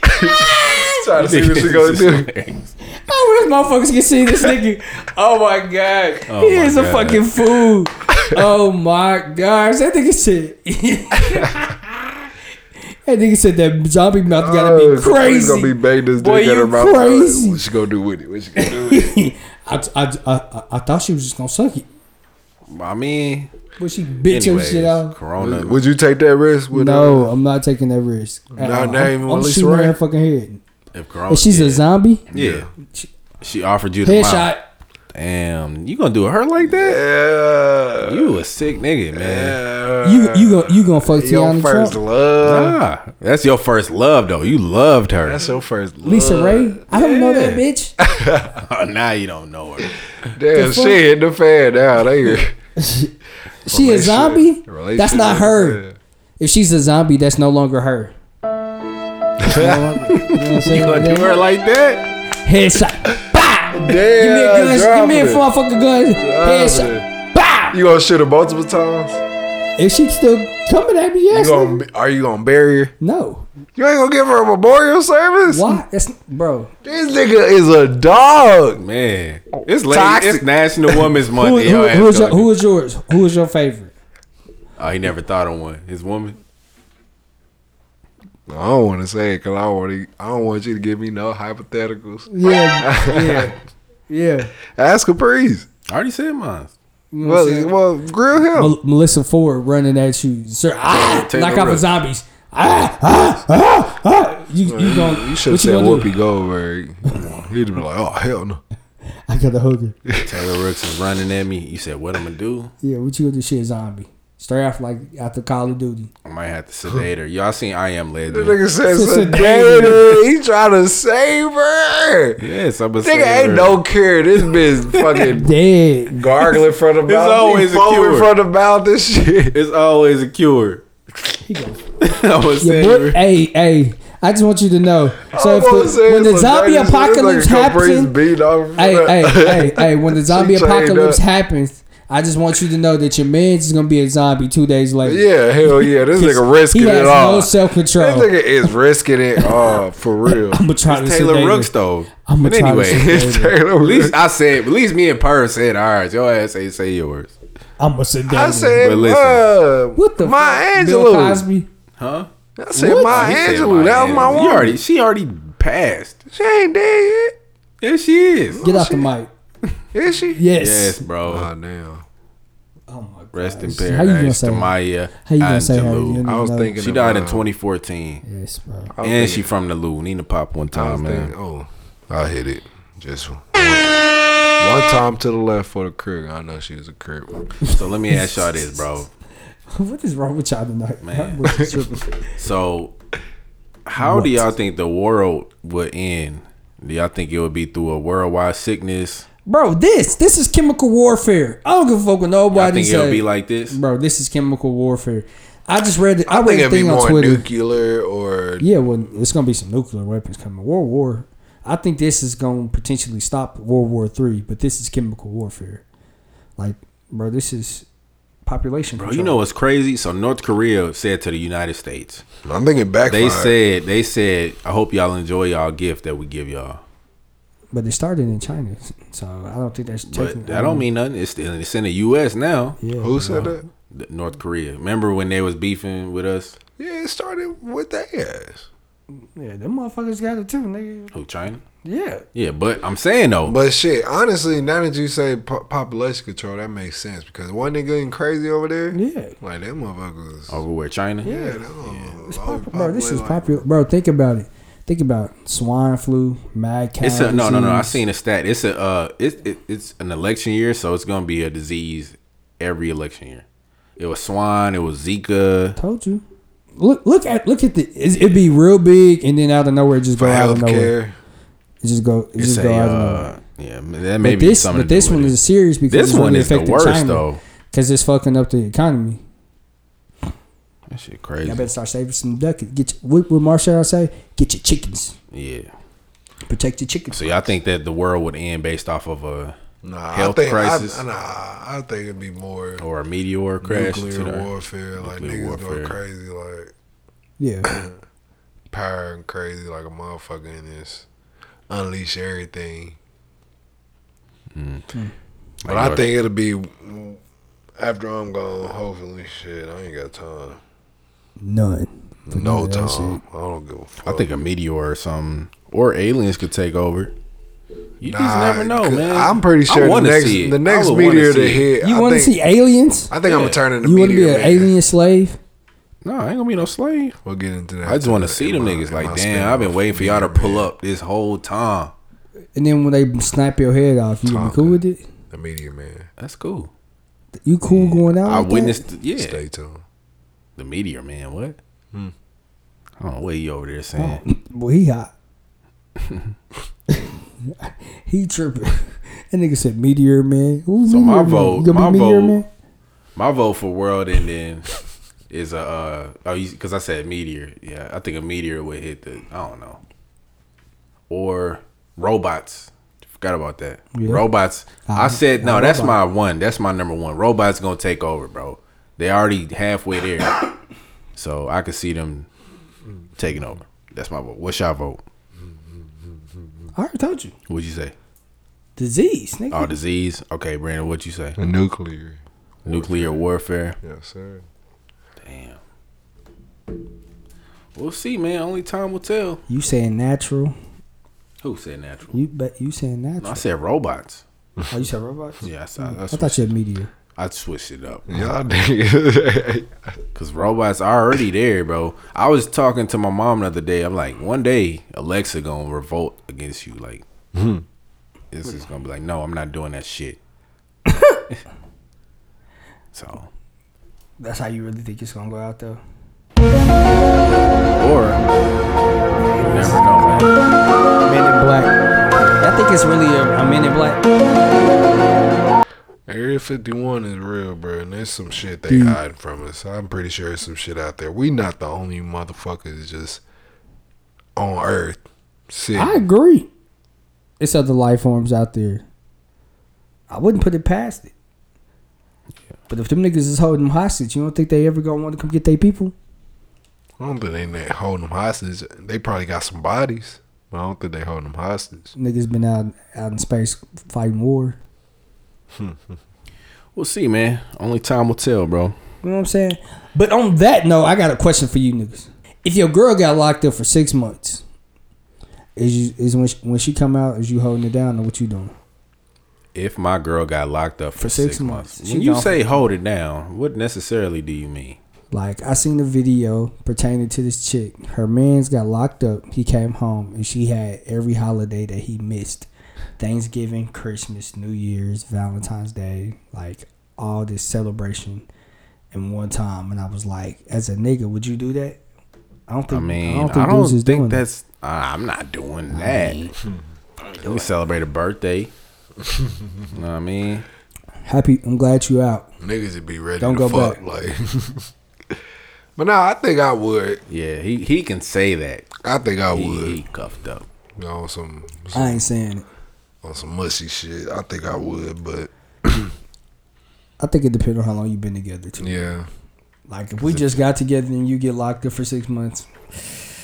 S2: Trying to see what she gonna do.
S3: I wish motherfuckers can see this nigga. Oh my god, he
S1: my
S3: is a
S1: God.
S3: fucking fool. oh my gosh, that nigga said. that nigga said that zombie mouth gotta
S2: Oh,
S3: be
S2: so she's gonna be
S3: crazy.
S2: banging this
S3: Boy,
S2: dick in
S3: you
S2: her mouth.
S3: crazy.
S2: What she gonna do with it? What she gonna do with it?
S3: I, I, I, I, I thought she was just gonna suck it,
S1: I mean,
S3: but she bit your
S1: anyways,
S3: shit out.
S1: Corona.
S2: Would you take that risk? With
S3: No,
S2: uh,
S3: I'm not taking that risk. At
S2: Not
S3: all.
S2: not
S3: I'm-
S2: even
S3: I'm
S2: Lisa
S3: shooting her
S2: Ray?
S3: in her fucking head.
S1: if Corona,
S3: If she's
S1: Oh, yeah,
S3: a zombie,
S1: yeah. She offered you the mouth.
S3: headshot.
S1: Damn, you gonna do her like that?
S2: yeah,
S1: You a sick nigga, man.
S2: yeah.
S3: You you gonna you gonna fuck
S2: your
S3: Tiana
S2: Uh, first
S3: Trump?
S2: love.
S1: Nah, Ah, that's your first love though. You loved her.
S2: That's your first love.
S3: Lisa Ray? I don't know that bitch.
S1: now you don't know her.
S2: Damn,
S3: The fuck?
S2: she hit the fan now. They
S3: She a
S2: Relationship-
S3: zombie?
S2: relationship
S3: That's not her.
S2: is bad.
S3: If she's a zombie, that's no longer her.
S1: You gonna do her like that?
S3: Headshot. Bow!
S2: Damn,
S3: Give me a gun. Give me a
S2: dropping it.
S3: motherfucking gun.
S2: Dropping
S3: Headshot. Bow!
S2: You gonna shoot her multiple times?
S3: If she's still coming at me,
S2: You
S3: yes.
S2: gonna are you gonna bury her?
S3: No.
S2: You ain't gonna give her a memorial service?
S3: Why? That's bro.
S2: This nigga is a dog.
S1: Man, it's late.
S2: Toxic.
S1: It's National Women's Month.
S3: Who,
S1: and
S3: who,
S1: your ass
S3: who, is your,
S1: gonna do-
S3: who is yours? Who is your favorite?
S1: Oh, he never thought of one. His woman.
S2: I don't want to say it because I don't want to. I don't want you to give me no hypotheticals.
S3: Yeah. Yeah. Yeah.
S2: Ask Caprice.
S1: I already said mine.
S3: You know what I'm
S2: Well,
S3: saying?
S2: well, grill him.
S3: Mel- Melissa Ford running at you, sir. Ah,
S1: Take
S3: knock
S1: no
S3: out the
S1: risk.
S3: zombies. Ah, ah, ah, ah. You, you gonna?
S2: You should
S3: what you
S2: said
S3: gonna
S2: Whoopi
S3: do?
S2: Goldberg. He'd be like, oh hell no.
S3: I got the hooker.
S1: Taylor Rooks is running at me. You said, "What I'm gonna do?
S3: Yeah, what you gonna do? She a zombie. Straight off like after Call of Duty.
S1: I might have to sedate her." Y'all seen I Am
S2: The
S1: Legend?
S2: nigga said
S3: It's a
S2: sedated. He trying to save her.
S1: Yes, I'm a
S2: Nigga ain't no cure. This bitch fucking
S3: Dead.
S2: gargling from the mouth.
S1: always
S2: He
S1: a
S2: foaming
S1: cure.
S2: from the mouth. This shit.
S1: It's always a cure.
S3: He gonna-
S1: I was
S3: Your
S1: saying.
S3: boy- hey, hey. I just want you to know. So if
S2: Almost
S3: the,
S2: said
S3: when the
S2: some
S3: zombie
S2: dirty shit. It's like
S3: apocalypse
S2: a Caprice
S3: happens,
S2: beat off
S3: hey, hey, hey, hey. When the zombie
S2: She trained
S3: apocalypse
S2: up.
S3: happens, I just want you to know that your man's is gonna be a zombie two days later.
S2: Yeah, hell yeah. This nigga risking
S3: he has
S2: it all.
S3: no self
S2: This
S3: control.
S2: nigga is risking it all for real.
S3: I'm gonna try to
S1: Taylor
S3: sedate her.
S1: Rooks though.
S3: I'm
S1: but
S3: gonna try to
S1: anyway,
S2: It's
S3: sedate her.
S2: Taylor
S1: at least
S2: Rooks.
S1: I said. At least me and Purr said, "All right, your ass ain't say yours."
S3: I'm gonna sedate
S2: I
S3: her.
S2: said,
S1: But listen.
S2: uh,
S3: What the
S2: my
S3: fuck?
S2: Angelou.
S3: Bill Cosby?
S1: Huh?
S2: I said my
S1: He said
S2: Angelou. That was my
S1: Angelou.
S2: one.
S1: You already. She already passed.
S2: She ain't dead
S1: Yes, she is.
S3: Get off the mic.
S2: yet, is she?
S3: Yes.
S1: Yes, bro.
S2: Oh damn.
S3: Oh my god.
S1: Rest in
S3: Ah, How you gonna
S1: paradise
S3: say
S1: to
S3: her?
S1: Maya
S3: How you gonna say her? You
S1: Angelou.
S3: don't
S2: I was
S3: know.
S2: thinking
S1: She died in
S2: about-
S1: 2014,
S3: Yes, bro.
S2: I was
S1: and
S2: thinking-
S1: she from the Lou. Nina Pop one
S2: I was
S1: time, man.
S2: thinking- oh, I hit it. Just one, one time to the left for the crib. I know she was a crib.
S1: So let me ask y'all this, bro.
S3: what is wrong with y'all tonight?
S1: Man.
S3: Y'all boys is tripping.
S1: So, how do y'all think the world would end? Do y'all think it would be through a worldwide sickness?
S3: bro, this this is chemical warfare. I don't give a fuck what
S1: I
S3: nobody
S1: think it
S3: says.
S1: would be like this.
S3: bro, this is chemical warfare. I just read it. I,
S2: I
S3: read a
S2: think it'd be
S3: thing on
S2: more
S3: Twitter.
S2: nuclear or
S3: yeah, well, it's gonna be some nuclear weapons coming. World War. I think this is gonna potentially stop World War Three, but this is chemical warfare. Like, bro, this is population.
S1: Bro, you
S3: control.
S1: know what's crazy? So North Korea said to the United States,
S2: I'm thinking back.
S1: they said, they said, I hope y'all enjoy y'all gift that we give y'all.
S3: But it started in China, so I don't think that's taking.
S1: But that don't mean nothing. It's still it's in the U.S. now.
S3: Yeah,
S2: who said that?
S1: Th- North Korea. Remember when they was beefing with us?
S2: Yeah, it started with that ass.
S3: Yeah, them motherfuckers got it too, nigga.
S1: Who China?
S3: Yeah.
S1: Yeah, but I'm saying though,
S2: But shit, honestly, now that you say po- population control, that makes sense because one nigga getting crazy over there,
S3: Yeah.
S2: like that motherfuckers.
S1: over where China?
S2: yeah,
S3: Yeah.
S2: that motherfuckers
S3: It's
S2: always
S3: popular, bro. This is
S2: populate, like-
S3: popular, bro. Think about it. Think about it. swine flu, mad cow.
S1: It's a, no, no, no. I
S3: disease.
S1: seen a stat. It's a uh, it's it, it's an election year, so it's gonna be a disease every election year. It was swine. It was Zika.
S3: Told you. Look, look at look at the. It would be real big, and then out of nowhere, it just
S2: For
S3: go out of nowhere.
S2: healthcare,
S3: It just go. It
S1: It's
S3: just go
S1: a
S3: out of nowhere.
S1: uh, yeah. That may
S3: but
S1: be
S3: this,
S1: something.
S3: but this one is serious because
S1: this
S3: it's
S1: one
S3: really
S1: is the
S3: affecting
S1: worst
S3: China
S1: though.
S3: because it's fucking up the economy.
S1: That shit
S3: I
S1: crazy.
S3: better start saving some ducats. Get your, what would Marshall say? Get your chickens.
S1: Yeah.
S3: Protect your chickens.
S1: So y'all think that the world would end based off of a
S2: nah,
S1: Health
S2: I think,
S1: crisis.
S2: I, nah, I think it'd be more
S1: or a meteor crash to the
S2: nuclear
S1: earth?
S2: warfare, like
S1: Nuclear
S2: niggas
S1: warfare.
S2: go crazy, like
S3: Yeah,
S2: power and crazy, like a motherfucker in this, unleash everything.
S3: Hmm.
S2: But
S1: Hmm. Like,
S2: I think it'll be after I'm gone. Hopefully, shit, I ain't got time.
S3: none. For none
S2: No
S3: of that
S2: time. I don't give a fuck.
S1: I think a meteor or something, or aliens could take over. You just
S2: Nah,
S1: never know, man.
S2: I'm pretty
S1: I
S2: sure the
S1: wanna
S2: next
S1: see it.
S2: the
S1: I
S2: next
S1: would wanna
S2: meteor
S1: see
S2: to
S1: it.
S2: hit.
S3: shit. You
S2: I
S3: want to
S2: think-
S3: see aliens?
S2: I think I'm
S1: Yeah.
S2: gonna turn into
S3: You want to
S2: meteor
S3: be an
S2: man.
S3: alien slave?
S1: No, I ain't gonna be no slave.
S2: We'll get into that.
S1: I just want to
S2: in
S1: see them
S2: my-
S1: niggas.
S2: in
S1: Like,
S2: my
S1: damn, I've been
S2: spinoff.
S1: waiting for y'all to
S2: Meteor
S1: pull
S2: Man.
S1: up this whole time.
S3: And then when they snap your head off, you gonna be cool with it?
S2: The meteor man.
S1: That's cool.
S3: You cool going out?
S1: I
S3: like that?
S1: witnessed, the, yeah,
S2: Stay Hmm. tuned.
S1: the meteor man. What? I don't know what he over there saying.
S3: Well, he hot. he tripping. That nigga said meteor man. Who's
S1: So my
S3: meteor man?
S1: vote-
S3: You gonna
S1: my
S3: be meteor
S1: vote-
S3: man?
S1: My vote for world ending is a uh, oh, because I said meteor. Yeah, I think a meteor would hit the. I don't know. Or robots. Forgot about that.
S3: Yeah.
S1: Robots.
S3: Ah,
S1: I said no.
S3: ah,
S1: That's
S3: robot.
S1: my one. That's my number one. Robots gonna take over, bro. They already halfway there, so I could see them taking over. That's my vote. What's your vote?
S3: I already told you.
S1: What'd you say?
S3: Disease, nigga.
S1: Oh, disease. Okay, Brandon. What'd you say?
S2: The nuclear.
S1: Nuclear warfare.
S2: Yes, sir.
S1: Damn. We'll see, man. Only time will tell.
S3: You saying natural?
S1: Who said natural?
S3: You bet. You saying
S1: No, I
S3: natural?
S1: said robots.
S3: Oh, you said robots?
S1: Yeah, I, s- I- I
S3: I
S1: switched,
S3: thought you had meteor.
S1: I switched it up
S2: Y'all niggas.
S1: because robots are already there, bro. I was talking to my mom the other day. I'm like, one day Alexa gonna revolt against you. Like,
S3: Hmm.
S1: this is gonna be like, no, I'm not doing that shit. so,
S3: That's how you really think it's gonna go out though.
S1: or you never know, man.
S3: Men in Black. I think it's really a, a Men in Black.
S2: Area 51 is real, bro, and there's some shit they
S3: Dude.
S2: hide from us. I'm pretty sure there's some shit out there. We not the only motherfuckers just on Earth. Sick.
S3: I agree. It's other life forms out there. I wouldn't put it past it. But if them niggas is holding them hostage, you don't think they ever gonna want to come get their people?
S2: I don't think they na- holding them hostage. They probably got some bodies, but I don't think they holding them hostage.
S3: Niggas been out out in space fighting war.
S1: We'll see, man. Only time will tell, bro.
S3: You know what I'm saying? But on that note, I got a question for you niggas. If your girl got locked up for six months, is you is when she, when she come out, is you holding it down or what you doing?
S1: If my girl got locked up for, six,
S3: six
S1: months,
S3: months.
S1: when
S3: She
S1: you
S3: gone
S1: say hold it down, what necessarily do you mean?
S3: Like I seen a video pertaining to this chick. Her man's got locked up. He came home and she had every holiday that he missed. Thanksgiving, Christmas, New Year's, Valentine's Day, like all this celebration in one time. And I was like, as a nigga, would you do that? I don't
S1: I
S3: think. I,
S1: mean,
S3: don't think, dudes is doing that.
S1: that's. I- I'm not doing that.
S3: Hmm.
S1: we celebrate a birthday. you know what I mean?
S3: Happy. I'm glad you out.
S2: Niggas would be ready
S3: Don't go
S2: to fuck.
S3: back.
S2: Like, but nah, I think I would.
S1: Yeah, he he can say that.
S2: I think I
S1: He,
S2: would.
S1: he cuffed up.
S2: You know, on some, some
S3: I ain't saying it.
S2: on some mushy shit. I think I would, but
S3: I think it depends on how long you've been together too.
S2: yeah,
S3: Like if we just got together and you get locked up for six months,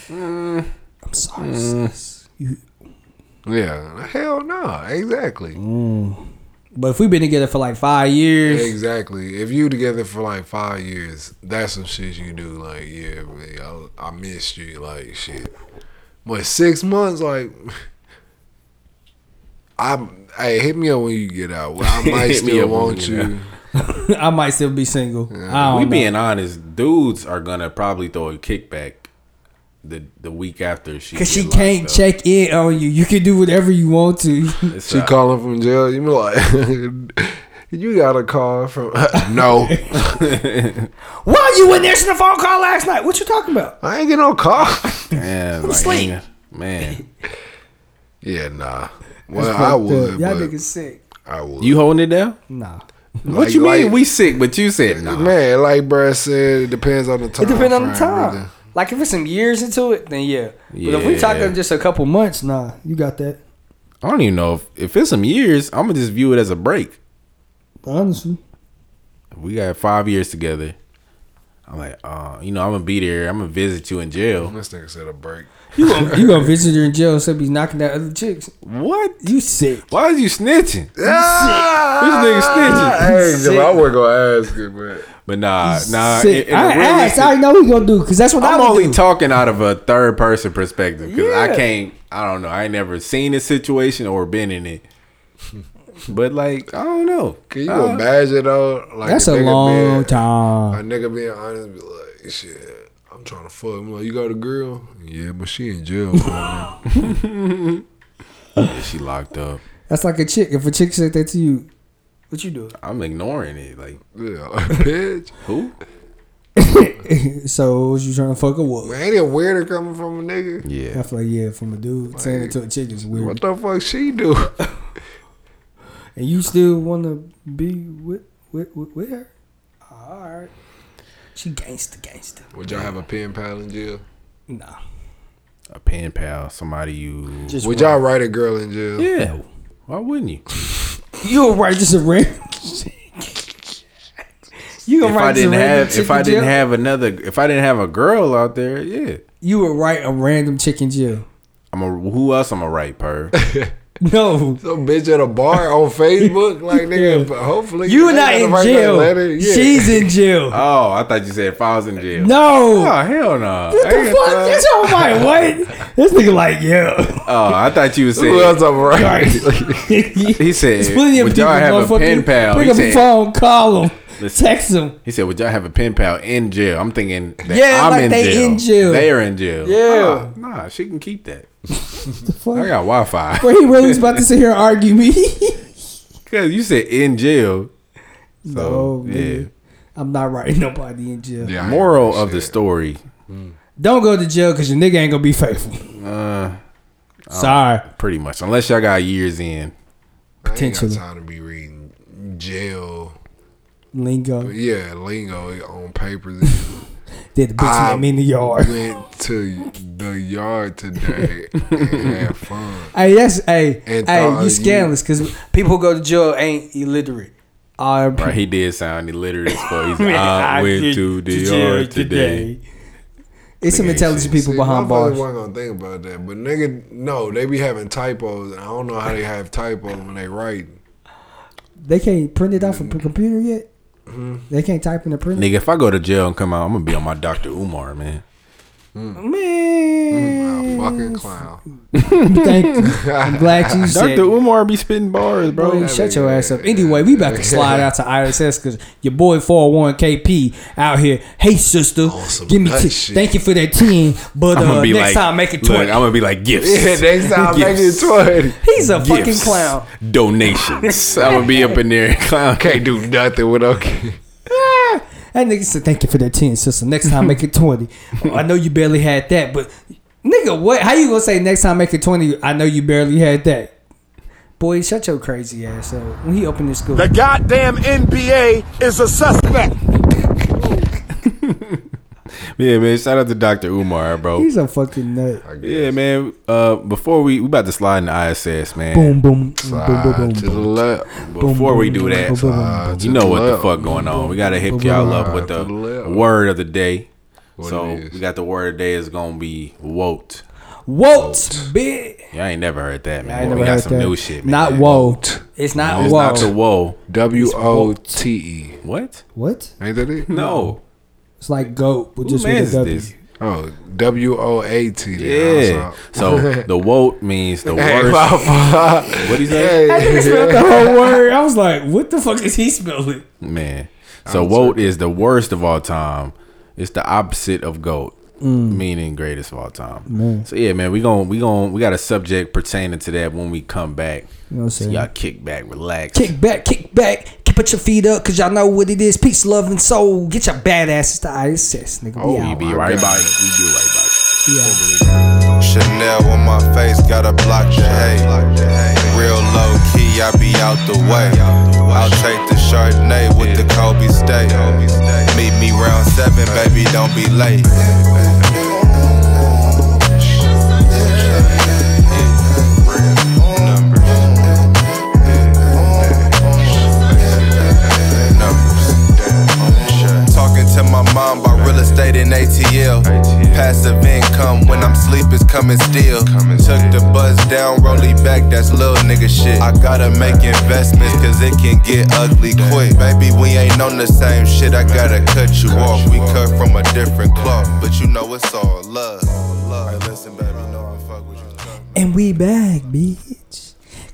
S3: I'm sorry, sis. You,
S2: yeah. Hell no, exactly.
S3: mm, But if we've been together for like five years,
S2: Exactly. If you together for like five years, that's some shit you do. Like, yeah, man, I, I missed you. Like, shit. But six months, like, I hey, hit me up when you get out. I might
S1: Hit me
S2: still
S1: up when
S2: want
S1: you get
S2: you.
S3: I might still be single. I don't
S1: we
S3: know.
S1: being honest, dudes are gonna probably throw a kickback the the week after she
S3: Cause she
S1: get locked
S3: can't
S1: up.
S3: check in on you. You can do whatever you want to.
S1: It's
S2: She
S1: a-
S2: calling from jail. You be like, you got a call from no.
S3: Why you in there the phone call last night? What you talking about?
S2: I ain't get no call.
S1: man, like,
S3: asleep.
S1: ain't- man.
S2: yeah, nah. Well, I would,
S3: Y'all
S2: but
S3: niggas sick.
S2: I would.
S1: You holding it down?
S3: Nah.
S1: What
S2: Like-
S1: you mean
S2: like-
S1: we sick? But you said nah.
S2: Man, like Brad said, it depends on the
S3: It
S2: time.
S3: depends on the
S2: frame,
S3: time.
S2: really.
S3: Like if it's some years into it, then yeah. But if we
S1: Yeah.
S3: talking just a couple months, nah, you got that.
S1: I don't even know if, if it's some years. I'm gonna just view it as a break.
S3: Honestly.
S1: We got five years together. I'm like, uh, you know, I'm gonna be there. I'm gonna visit you in jail.
S2: This nigga said a break.
S3: You gonna, you gonna visit her in jail so be knocking down other chicks.
S1: What?
S3: You sick.
S1: Why is you snitching? This nigga snitching.
S2: Hey,
S3: Sick.
S2: Ah, I wasn't gonna ask it, but
S1: But nah, nah.
S3: sick.
S1: in- in a
S3: I asked.
S1: realistic-
S3: I know what he gonna do because that's what i
S1: I'm
S3: would
S1: only
S3: do.
S1: talking out of a third person perspective because
S3: Yeah.
S1: I can't. I don't know. I ain't never seen this situation or been in it. But like, I don't know.
S2: can you
S1: Uh,
S2: imagine though? Like
S3: that's a
S2: nigga
S3: long
S2: being, A
S3: time.
S2: nigga being honest, be like, shit, I'm trying to fuck. I'm like, you got a girl? Yeah, but she in jail. man."
S1: yeah, she locked up.
S3: That's like a chick. If a chick said that to you, what you doing?
S1: I'm ignoring it. Like
S2: yeah, like, bitch.
S1: who?
S3: so was you trying to fuck a what?
S2: Man, ain't it weirder coming from a nigga?
S1: Yeah.
S3: I feel like yeah, from a dude saying it to a chick is weird.
S2: What the fuck she do?
S3: And you still want to be with with with, with her? All right. She gangster gangster.
S2: Would y'all have a pen pal in jail?
S3: Nah.
S1: A pen pal. Somebody you.
S3: Just
S2: Would y'all write a girl in jail?
S1: yeah. Why wouldn't you?
S3: You gonna write just a ring? you gonna
S1: If
S3: write
S1: I
S3: just
S1: didn't
S3: a random
S1: have,
S3: chick
S1: if I
S3: in
S1: didn't
S3: jail?
S1: have another, if I didn't have a girl out there, yeah.
S3: you would write a random chick in jail.
S1: I'm a. Who else? I'm a right per.
S3: No.
S2: Some bitch at a bar on Facebook, like nigga. Hopefully
S3: You're
S2: they
S3: not
S2: gotta
S3: in
S2: write that
S3: jail.
S2: letter. Yeah.
S3: She's in jail.
S1: Oh, I thought you said if I was in jail.
S3: No.
S1: Oh hell no.
S3: What the fuck? This all my what? This nigga like, yeah.
S1: Oh, I thought you was saying.
S2: Who else I'm
S3: Right.
S2: right?
S1: He said,
S3: There's plenty of
S1: "Would y'all
S3: people,
S1: have a
S3: motherfucker.
S1: pen pal?"
S3: Pick
S1: He
S3: up the
S1: said,
S3: phone, call them,
S1: Listen.
S3: text them.
S1: he said, "Would y'all have a pen pal in jail?" I'm thinking, that
S3: Yeah,
S1: I'm
S3: like
S1: in,
S3: they
S1: jail.
S3: in jail.
S1: They're in jail.
S3: Yeah.
S1: nah, nah, she can keep that.
S3: The fuck?
S1: I got Wi Fi.
S3: Where he really was about to sit here and argue me.
S1: Cause you said in jail. So
S3: no,
S1: Oh, yeah.
S3: nigga. Oh, I'm not writing nobody in jail.
S2: Yeah, I
S1: Moral
S2: ain't
S1: of the
S2: shit.
S1: story.
S3: Don't go to jail because your nigga ain't gonna be faithful.
S1: Uh,
S3: Sorry.
S1: pretty much. Unless y'all got years in.
S3: potentially.
S2: I ain't got time to be reading jail.
S3: Lingo.
S2: Yeah, lingo on papers.
S3: Did the bitch
S2: I
S3: let me in the yard.
S2: Went to the yard today and had fun.
S3: Hey, that's hey,
S2: And
S3: hey,
S2: thought
S3: you
S2: you-
S3: scandalous because people who go to jail ain't illiterate. All right,
S1: Right, he did sound illiterate as fuck. He's like, I, went to the yard today.
S3: It's some
S1: Nigga ain't
S3: intelligent
S1: shit.
S3: people
S2: See,
S3: behind
S2: motherfuckers
S3: bars.
S2: wasn't gonna think about that, but nigga, no, they be having typos. And I don't know how they have typos when they write.
S3: They can't print it off
S1: Mm-hmm.
S3: a p- computer yet. They can't type in the printer.
S1: Nigga, if I go to jail and come out, I'm gonna be on my Dr. Umar, man.
S3: Man,
S2: A fucking clown.
S1: Mm-hmm.
S3: thank you. I'm glad you said.
S1: Dr. Umar be spitting bars, bro.
S3: Boy, shut your ass up. Anyway, we about to slide out to ISS because your boy oh 41 KP out here. Hey, sister,
S2: some
S3: give me
S2: nut
S3: t-
S2: shit.
S3: thank you for that ten, but
S1: I'm
S3: uh,
S1: gonna be
S3: next
S1: like,
S3: time make it
S1: look,
S3: twenty.
S1: I'm gonna be like gifts.
S2: Yeah, next time make it
S1: Gifts.
S2: twenty.
S3: He's a fucking
S1: Gifts.
S3: clown.
S1: Donations. I'm gonna be up in there, clown.
S2: Can't do nothing with okay.
S3: That nigga said thank you for that ten, sister. Next time make it twenty. I know you barely had that, but nigga, what? How you gonna say next time make it twenty? I know you barely had that. Boy, shut your crazy ass up. When he opened his school,
S5: The goddamn NBA is a suspect.
S1: Yeah, man. Shout out to Dr. Umar, bro.
S3: he's a fucking nut.
S1: Yeah, man. Uh, before we we about to slide in the ISS, man.
S3: Boom, boom, boom, boom, boom.
S2: Slide Ah, to the left.
S1: Before we do
S3: Boom, boom, boom.
S1: that,
S2: Slide Ah, to
S1: you know
S2: the
S1: what the
S2: left.
S1: fuck going on. We gotta hip y'all up with the
S2: Slide to the left.
S1: word of the day. So
S2: it is.
S1: we got the word of the day is gonna be woke.
S3: Wolt, bit.
S1: Y'all ain't never heard that, man.
S3: ain't
S1: we
S3: never
S1: got
S3: heard
S1: some
S3: that.
S1: new shit, man.
S3: Not Wolt. It's not
S1: It's
S3: Wolt.
S1: not the whoa.
S2: W O T E.
S1: What?
S3: what?
S2: Ain't that it?
S1: No.
S3: It's like goat, but
S1: Who
S3: just with a
S1: man's
S3: W.
S1: this?
S2: Oh, W O A T. then,
S1: Yeah.
S2: also.
S1: So the woke means the
S2: Hey,
S1: worst.
S2: my fault.
S1: What he say?
S2: Hey.
S3: the whole word. I was like, what the fuck is he spelling?
S1: Man. So woke is the worst of all time. It's the opposite of goat.
S3: Mm.
S1: Meaning greatest of all time. So yeah, man, we gon' we gon' we got a subject pertaining to that when we come back.
S3: You know what I'm
S1: So
S3: saying?
S1: y'all kick back, relax.
S3: Mm. Kick back, kick back. Keep put your feet up, cause y'all know what it is. Peace, love, and soul. Get your badasses to ISS, nigga.
S2: Oh,
S3: we
S1: we
S3: out.
S1: be right back. We be right back.
S3: We out.
S6: Chanel on my face, gotta block the hate. Real low key, I be out the way. I'll take the Chardonnay with the Kobe steak. Meet me round seven, baby, don't be late. Talking to my mom about real estate in ATL. Passive income when I'm sleep is coming still. Took the bus down, rollie back, that's little nigga shit. I gotta make investments cause it can get ugly quick. Baby, we ain't on the same shit, I gotta cut you off. We cut from a different cloth, but you know it's all love. Hey, listen, baby, know I fuck with you.
S3: And we back, bitch.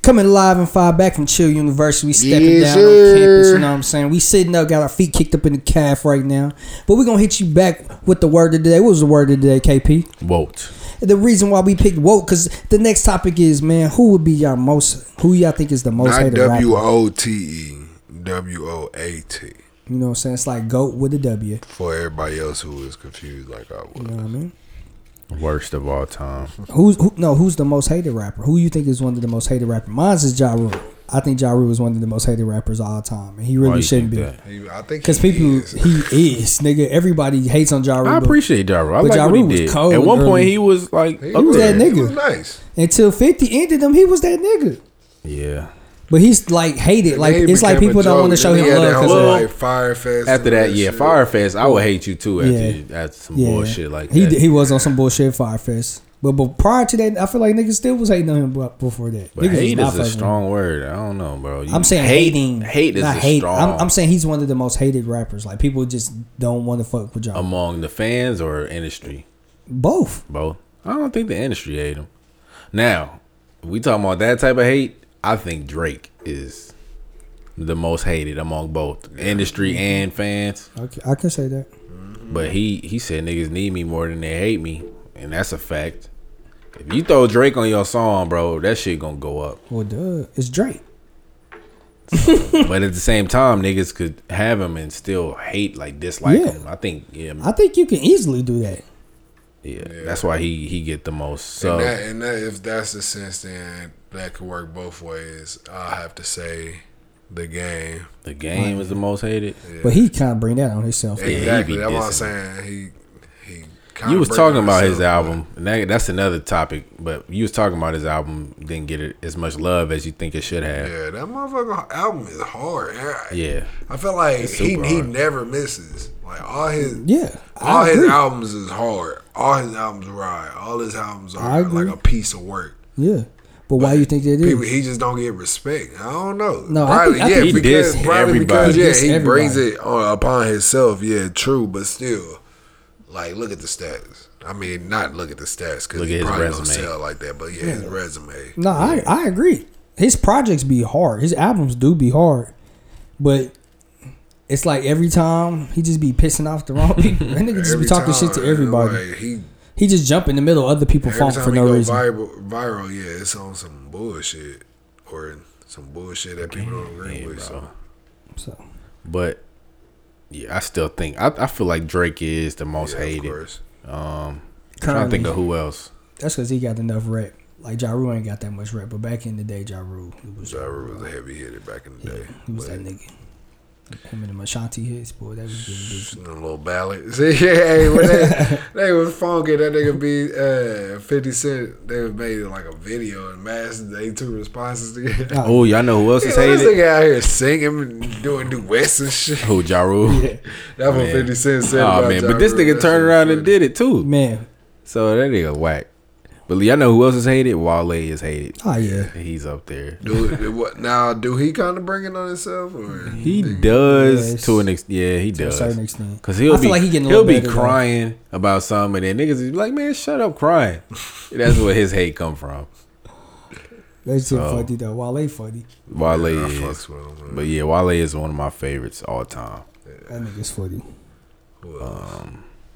S3: Coming live and far back from Chill University. We stepping
S2: Yes,
S3: down on campus,
S2: sir.
S3: you know what I'm saying? We sitting up, got our feet kicked up in the calf right now. But we're gonna hit you back with the word of the day. What was the word of the day, KP?
S1: Woke.
S3: The reason why we picked woke, cause the next topic is, man, who would be y'all most who y'all think is the most
S2: Not
S3: hated
S2: W
S3: rapper?
S2: O T E. W O A T.
S3: You know what I'm saying? It's like GOAT with a W.
S2: For everybody else who is confused like I was.
S3: You know what I mean?
S1: Worst of all time.
S3: Who's who, no? Who's the most hated rapper? Who you think is one of the most hated rappers? Mine's is Ja Rule. I think Ja Rule is one of the most hated rappers of all time, and he really
S1: Why you
S3: shouldn't
S1: think
S3: be.
S1: that?
S2: He- I think
S3: Because
S2: he
S3: people,
S2: is.
S3: he is nigga. Everybody hates on Ja Rule,
S1: I
S3: but
S1: appreciate Ja Rule. I
S3: but
S1: like
S3: Ja
S1: what he
S3: Rule was
S1: did.
S3: cold
S1: At one point,
S3: early.
S1: he was like,
S2: He
S1: up
S2: was
S1: there.
S3: that nigga.
S2: He was nice.
S3: until Fifty ended him, he was that nigga.
S1: Yeah.
S3: But he's like hated. Like
S2: Then he
S3: it's like
S2: became a
S3: people don't
S2: joke.
S3: want to show him
S2: Then he had
S3: love.
S2: that
S3: 'cause
S2: whole,
S1: Well,
S3: of-
S2: like, Fire Fest
S1: After
S2: and all
S1: that, yeah,
S2: shit.
S1: Firefest, I would hate you too after,
S3: Yeah.
S1: you- after some
S3: yeah,
S1: bullshit like
S3: he
S1: that.
S3: he was on some bullshit Firefest. But but prior to that, I feel like niggas still was hating on him. But before that,
S1: but
S3: Niggas was
S1: hate
S3: not
S1: is a
S3: fucking-
S1: strong word. I don't know, bro. You
S3: I'm saying
S1: hate-
S3: hating.
S1: Hate is
S3: not
S1: a
S3: hate.
S1: strong.
S3: I'm, I'm saying he's one of the most hated rappers. Like people just don't want to fuck with Ja
S2: Um,
S3: Rule.
S1: among the fans or industry,
S3: Both.
S1: bro. I don't think the industry hate him. Now, we talking about that type of hate. I think Drake is the most hated among both industry and fans.
S3: Okay, I can say that.
S1: But he he said niggas need me more than they hate me, and that's a fact. If you throw Drake on your song, bro, that shit gonna go up.
S3: Well, duh, it's Drake.
S1: but at the same time, niggas could have him and still hate like dislike
S3: Yeah.
S1: him. I think yeah,
S3: I think you can easily do that.
S1: yeah, that's why he he get the most. So
S2: and, that, and that, if that's the sense, then that could work both ways. I have to say, the game.
S1: the game is the most hated.
S3: But he kind of bring that on himself.
S1: he
S2: exactly.
S1: be
S2: That's what I'm
S1: dissing.
S2: saying. He he. kinda
S1: You was
S2: bring
S1: talking
S2: out
S1: about his
S2: something.
S1: album, and that, that's another topic. But you was talking about his album didn't get it as much love as you think it should have.
S2: Yeah, that motherfucker album is hard. Yeah.
S1: Yeah,
S2: I feel like he
S1: super
S2: he
S1: hard.
S2: never misses. Like all his
S3: Yeah,
S2: all
S3: I
S2: his
S3: agree.
S2: albums is hard. All his albums ride. All his albums
S3: I
S2: are
S3: agree.
S2: like a piece of work.
S3: Yeah, but why you think that
S2: People,
S3: is?
S2: he just don't get respect. I don't know.
S3: No, I think- I
S2: yeah,
S3: think he
S2: because
S1: diss
S2: probably
S1: everybody.
S2: because yeah,
S3: Diss
S2: he
S3: everybody.
S2: brings it on, upon himself. Yeah, true, but still, like look at the stats. I mean, not look at the stats because
S1: Look
S2: he
S1: at his
S2: probably don't
S1: resume.
S2: sell like that. But yeah, his resume.
S3: No, I I agree. His projects be hard. His albums do be hard, but. It's like every time he just be pissing off the wrong people. That nigga just be
S2: Every
S3: talking
S2: time,
S3: shit to everybody.
S2: like, he
S3: He just jump in the middle of other people
S2: every
S3: funk
S2: time
S3: for
S2: he
S3: no
S2: go
S3: reason.
S2: viral, viral, yeah, it's on some bullshit or some bullshit that people don't agree
S1: Yeah,
S2: with.
S1: bro.
S2: So.
S3: So
S1: but yeah, I still think I, I feel like Drake is the most
S2: Yeah, of
S1: hated.
S2: course.
S1: Um, I'm trying to
S3: currently,
S1: think of who else.
S3: that's because he got enough rep. Like Ja Rule ain't got that much rep, but back in the day, Ja Rule he was
S2: Ja Rule was a heavy hitter back in the day.
S3: he was
S2: but-
S3: that nigga. Him and the Ashanti hits, boy, that was getting busy.
S2: And a little ballad. See, yeah, hey, when that, they was funky. That nigga be uh, 50 Cent. They made it like a video and mashed they two responses together.
S3: Nah,
S1: Oh, y'all know who else
S2: You
S1: is
S2: know, this
S1: hated?
S2: nigga out here singing and doing duets and shit.
S1: Who Ja Rule?
S2: That's what
S1: Man.
S2: 50 Cent said.
S1: Oh
S2: about
S1: man,
S2: Ja
S1: but this
S2: Rule.
S1: nigga
S2: That
S1: turned
S2: shit
S1: around
S2: was
S1: and did it too.
S3: man,
S1: So that nigga whack. But y'all know who else is hated? Wale is hated.
S3: Oh, yeah.
S1: He's up there.
S2: Do it, what now? Do he kind of bring it on himself, or
S1: He does
S3: Yes.
S1: to an extent. Yeah, he
S3: a
S1: does.
S3: certain extent.
S1: Cause he'll
S3: I feel
S1: be
S3: like he getting a
S1: he'll
S3: little
S1: be
S3: better, though.
S1: crying about something, and then niggas is like, "Man, shut up, crying." That's where his hate come from.
S3: That shit funny though. Wale funny.
S1: Wale
S2: I
S1: is,
S2: fucks with him. man.
S1: but yeah, Wale is one of my favorites all time.
S3: That nigga's funny.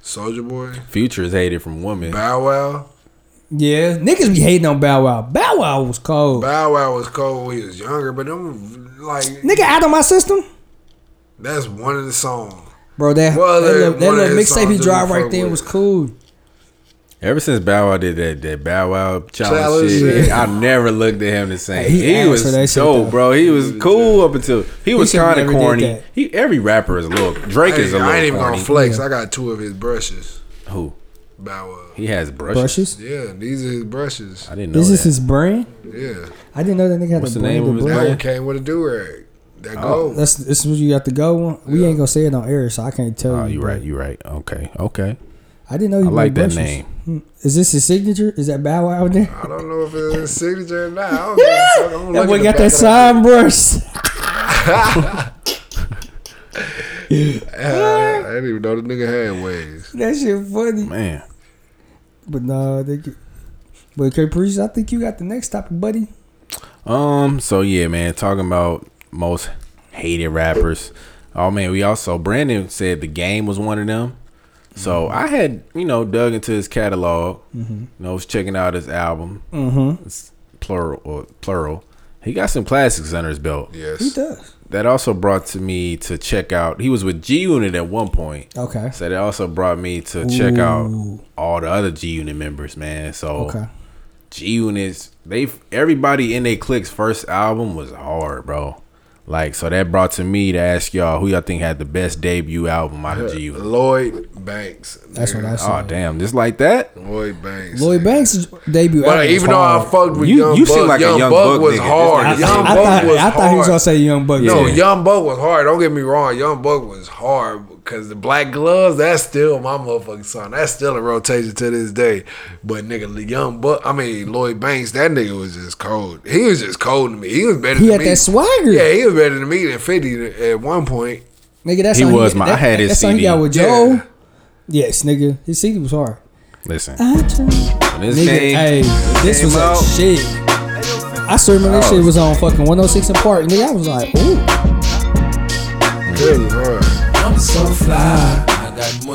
S2: Soldier Boy,
S1: Future is hated from women.
S2: Bow Wow.
S3: Yeah, niggas be hating on Bow Wow. Bow Wow was cold.
S2: Bow Wow was cold when he was younger, but them like
S3: Nigga out of my system,
S2: that's one of the songs.
S3: bro. That
S2: Well,
S3: that,
S2: that-
S3: little- that
S2: one of
S3: little
S2: his
S3: mixtape he
S2: songs
S3: dropped
S2: that we
S3: right
S2: fuck
S3: there
S2: with.
S3: was cool.
S1: Ever since Bow Wow did that, that Bow Wow challenge,
S2: Challenge,
S1: shit,
S2: yeah.
S1: I never looked at him the same.
S3: He
S1: He,
S3: asked
S1: was
S3: for that shit,
S1: dope,
S3: though.
S1: bro. He was cool up until he was
S3: should've
S1: kind of
S3: never did
S1: corny.
S3: that.
S1: He every rapper is a little Drake is
S2: Hey,
S1: a little
S2: I ain't even
S1: corny.
S2: gonna flex. I got two of his brushes.
S1: Who
S2: Bow Wow.
S1: he has brushes.
S3: Brushes.
S2: Yeah, these are his brushes.
S1: I didn't know
S3: This is
S1: that.
S3: his brand.
S2: Yeah,
S3: I didn't know that nigga had
S1: What's
S3: a
S1: the
S3: brand.
S1: name of his
S3: brand.
S2: now
S1: brand?
S2: he came with a do rag. That
S3: Oh,
S2: gold.
S3: That's this is what you got to go on. We ain't gonna say it on air, so I can't tell
S1: oh,
S3: you.
S1: you
S3: but
S1: right. You right. Okay. Okay.
S3: I didn't know you
S1: I like that
S3: brushes.
S1: name.
S3: Hmm. Is this his signature? Is that Bow Wow there?
S2: I don't know if it's his signature or not. I don't give a fuck. I'm
S3: That
S2: looking
S3: boy
S2: the
S3: got
S2: back
S3: that
S2: of
S3: sign brush.
S2: Uh, I didn't even know the nigga had waves.
S3: That shit funny.
S1: Man,
S3: But no, they. get- But Caprice, I think you got the next topic, buddy.
S1: Um. So yeah, man. Talking about most hated rappers. Oh man, we also Brandon said the game was one of them. So
S3: Mm-hmm.
S1: I had you know dug into his catalog. You know, was checking out his album. Mm-hmm. It's plural or plural. He got some classics under his belt.
S3: He
S2: Yes.
S3: does.
S1: That also brought to me to check out. He was with G Unit at one point.
S3: Okay.
S1: So that also brought me to check out all the other G Unit members, man. So
S3: Okay.
S1: G Units, they everybody in their clique's first album was hard, bro. Like, so that brought to me to ask y'all who y'all think had the best debut album out of G Unit.
S2: Lloyd Banks.
S3: That's
S2: nigga.
S3: what I
S1: Oh
S3: said.
S1: damn, just like that.
S2: Lloyd Banks.
S3: Lloyd
S2: nigga.
S3: Banks' debut
S2: But
S3: album
S2: even
S3: was
S2: though I
S3: hard.
S2: fucked with
S1: You-
S2: Young
S1: you
S2: Buck,
S1: seem like a
S2: Young,
S1: Young
S2: Buck
S1: Buck
S2: was
S1: nigga.
S2: hard.
S1: That's not-
S3: I,
S2: Young
S3: I
S2: Buck
S3: thought,
S2: was
S3: I
S2: hard.
S3: thought he was gonna say Young Buck.
S2: no,
S1: Yeah.
S2: Young Buck was hard. Don't get me wrong. Young Buck was hard because the Black Gloves. That's still my motherfucking song. That's still a rotation to this day. But nigga, Young Buck. I mean Lloyd Banks. That nigga was just cold. He was just cold to me. He was better.
S3: He
S2: than
S3: had
S2: me.
S3: that swagger.
S2: Yeah, he was better than me than Fifty at one point.
S3: Nigga, that's
S1: He
S3: how
S1: was my- I had his
S3: that's how he
S1: CD.
S3: got with
S2: Yeah.
S3: Joe. Yes, nigga, his CD was hard.
S1: Listen,
S3: Nigga,
S1: when this came,
S3: hey, this was a
S1: out.
S3: shit. I swear when this shit was on fucking 106 and Park, nigga, I was like, ooh,
S2: Good lord.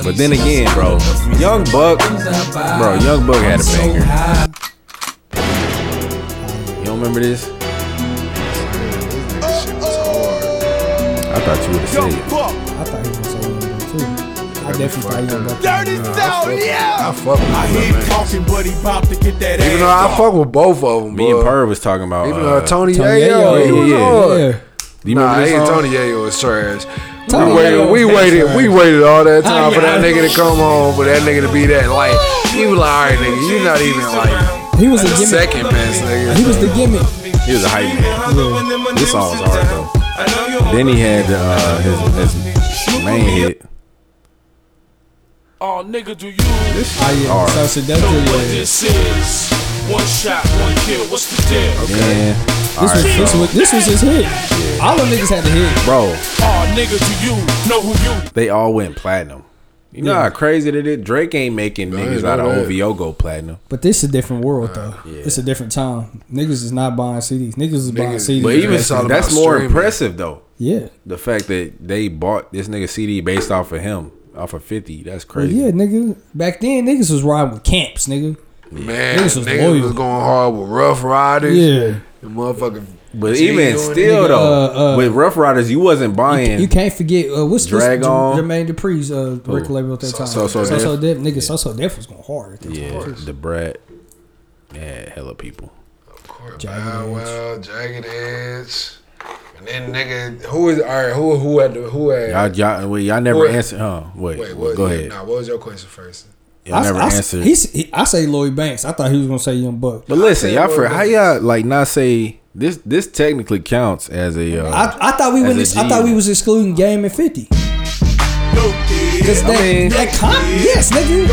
S1: but then again, bro, Young Buck, bro, Young Buck had a banger. You don't remember this? I thought you would have said it.
S3: I thought he was gonna say Young Buck, too. I definitely
S2: fucked
S3: thought Young Buck.
S2: I fuck with Lloyd Banks.
S5: talking, but he about to get that
S2: Even though I fuck with both of them,
S1: Me and Purr was talking about.
S2: Even
S1: uh,
S2: though Tony,
S3: Tony
S2: Yayo, he
S1: Yayo,
S2: was
S1: yeah,
S2: hard.
S3: Yeah.
S1: do you remember
S2: Nah, I
S1: this
S2: ain't
S1: song?
S2: Tony Yayo was trash.
S3: Tony
S2: we waited,
S3: Yayo
S2: we
S3: was
S2: waited,
S3: trash.
S2: we waited all that time
S3: Ah,
S2: for that
S3: yeah.
S2: nigga to come home, for that nigga to be that like. He was like, all right, nigga, you not even like
S3: He was a gimmick.
S2: second best, nigga.
S3: He was the gimmick.
S1: He was a hype man. This song was hard though.
S7: though.
S1: Then he had uh, his, his main hit.
S7: Oh, nigga, do you?
S1: This shit
S3: Oh yeah,
S1: hard.
S3: so
S7: know what
S3: seductive.
S7: this is? One shot, one kill. What's the deal?
S1: Yeah. All
S3: This was,
S1: right,
S3: this,
S1: so,
S3: was, this was his hit. All them niggas had the hit.
S1: bro,
S7: Oh, nigga, do you know who you?
S1: they all went platinum. You know how crazy that it. Drake ain't making niggas
S2: ain't
S1: out of
S2: know that.
S1: OVO go platinum,
S3: But this is a different world though. It's a different time. Niggas is not buying CDs. Niggas is buying
S2: Niggas-
S3: CDs.
S1: but
S2: Yeah,
S1: even
S2: it's all
S1: that's
S2: about
S1: more
S2: streaming.
S1: impressive though.
S3: yeah.
S1: The fact that they bought this nigga CD based off of him, off of Fifty. That's
S3: But
S1: crazy.
S3: yeah, nigga. Back then niggas was riding with camps, nigga.
S2: Man,
S3: Niggas was
S2: niggas
S3: loyal.
S2: was going hard with Rough Riders.
S3: Yeah.
S2: The motherfucking.
S1: But
S2: G
S1: even
S2: Unit.
S1: still
S3: nigga,
S1: though,
S3: uh, uh,
S1: with Rough Riders, you wasn't buying.
S3: You can't forget uh, what's
S1: Drag
S3: what's J-
S1: On.
S3: Jermaine Dupri's uh, record label at that time.
S1: So So
S3: so
S1: Def.
S3: Def, nigga. So so Def was going hard. At that time.
S1: yeah, the Brad. Yeah, hella people.
S2: Bow Wow, Jagged Edge. And then nigga, who is all right? Who who had the, who had?
S1: Y'all, y'all, wait, y'all never
S2: Wait.
S1: answered. Huh? Wait,
S2: wait,
S1: well,
S2: what,
S1: go ahead.
S2: Nah, what was your question first?
S1: Y'all never
S3: I, I,
S1: answered.
S3: he's- he- I say Lloyd Banks. I thought he was gonna say Young Buck.
S1: But listen, y'all,
S2: Lloyd
S1: for how
S2: Banks.
S1: y'all like not say this? This technically counts as a. Uh,
S3: I, I thought we
S1: As
S3: went.
S1: a
S3: I thought we
S1: G.
S3: was excluding Game and Fifty. Cause that,
S1: mean-
S3: that comp, yes, nigga.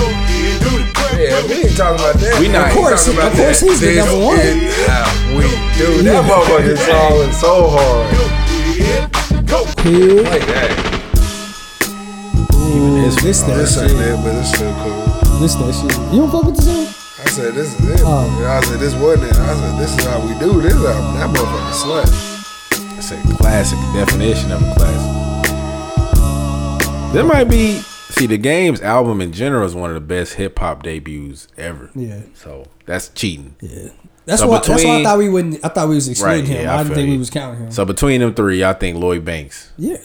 S2: Yeah, we ain't talking about that.
S1: We not-
S2: Of course,
S3: of course he's the number one.
S2: we do. That motherfucker falling so hard.
S3: Here,
S2: Like that.
S3: this, this,
S2: This
S3: that
S2: ain't
S3: shit.
S2: that, but it's still cool.
S3: This, that shit. You don't fuck with this song?
S2: I said, this is it.
S3: Oh.
S2: I said, this wasn't it. I said, this is how we do this. album. That motherfucker slut.
S1: It's a classic definition of a classic. There might be see the game's album in general is one of the best hip hop debuts ever.
S3: Yeah.
S1: So that's cheating.
S3: Yeah. That's
S1: So
S3: why. that's why I
S1: between-
S3: thought we wouldn't. I thought we was excluding
S1: Right,
S3: him.
S1: yeah, I
S3: I, didn't
S1: feel
S3: think
S1: you.
S3: we was counting him.
S1: So between them three, I think Lloyd Banks.
S3: yeah.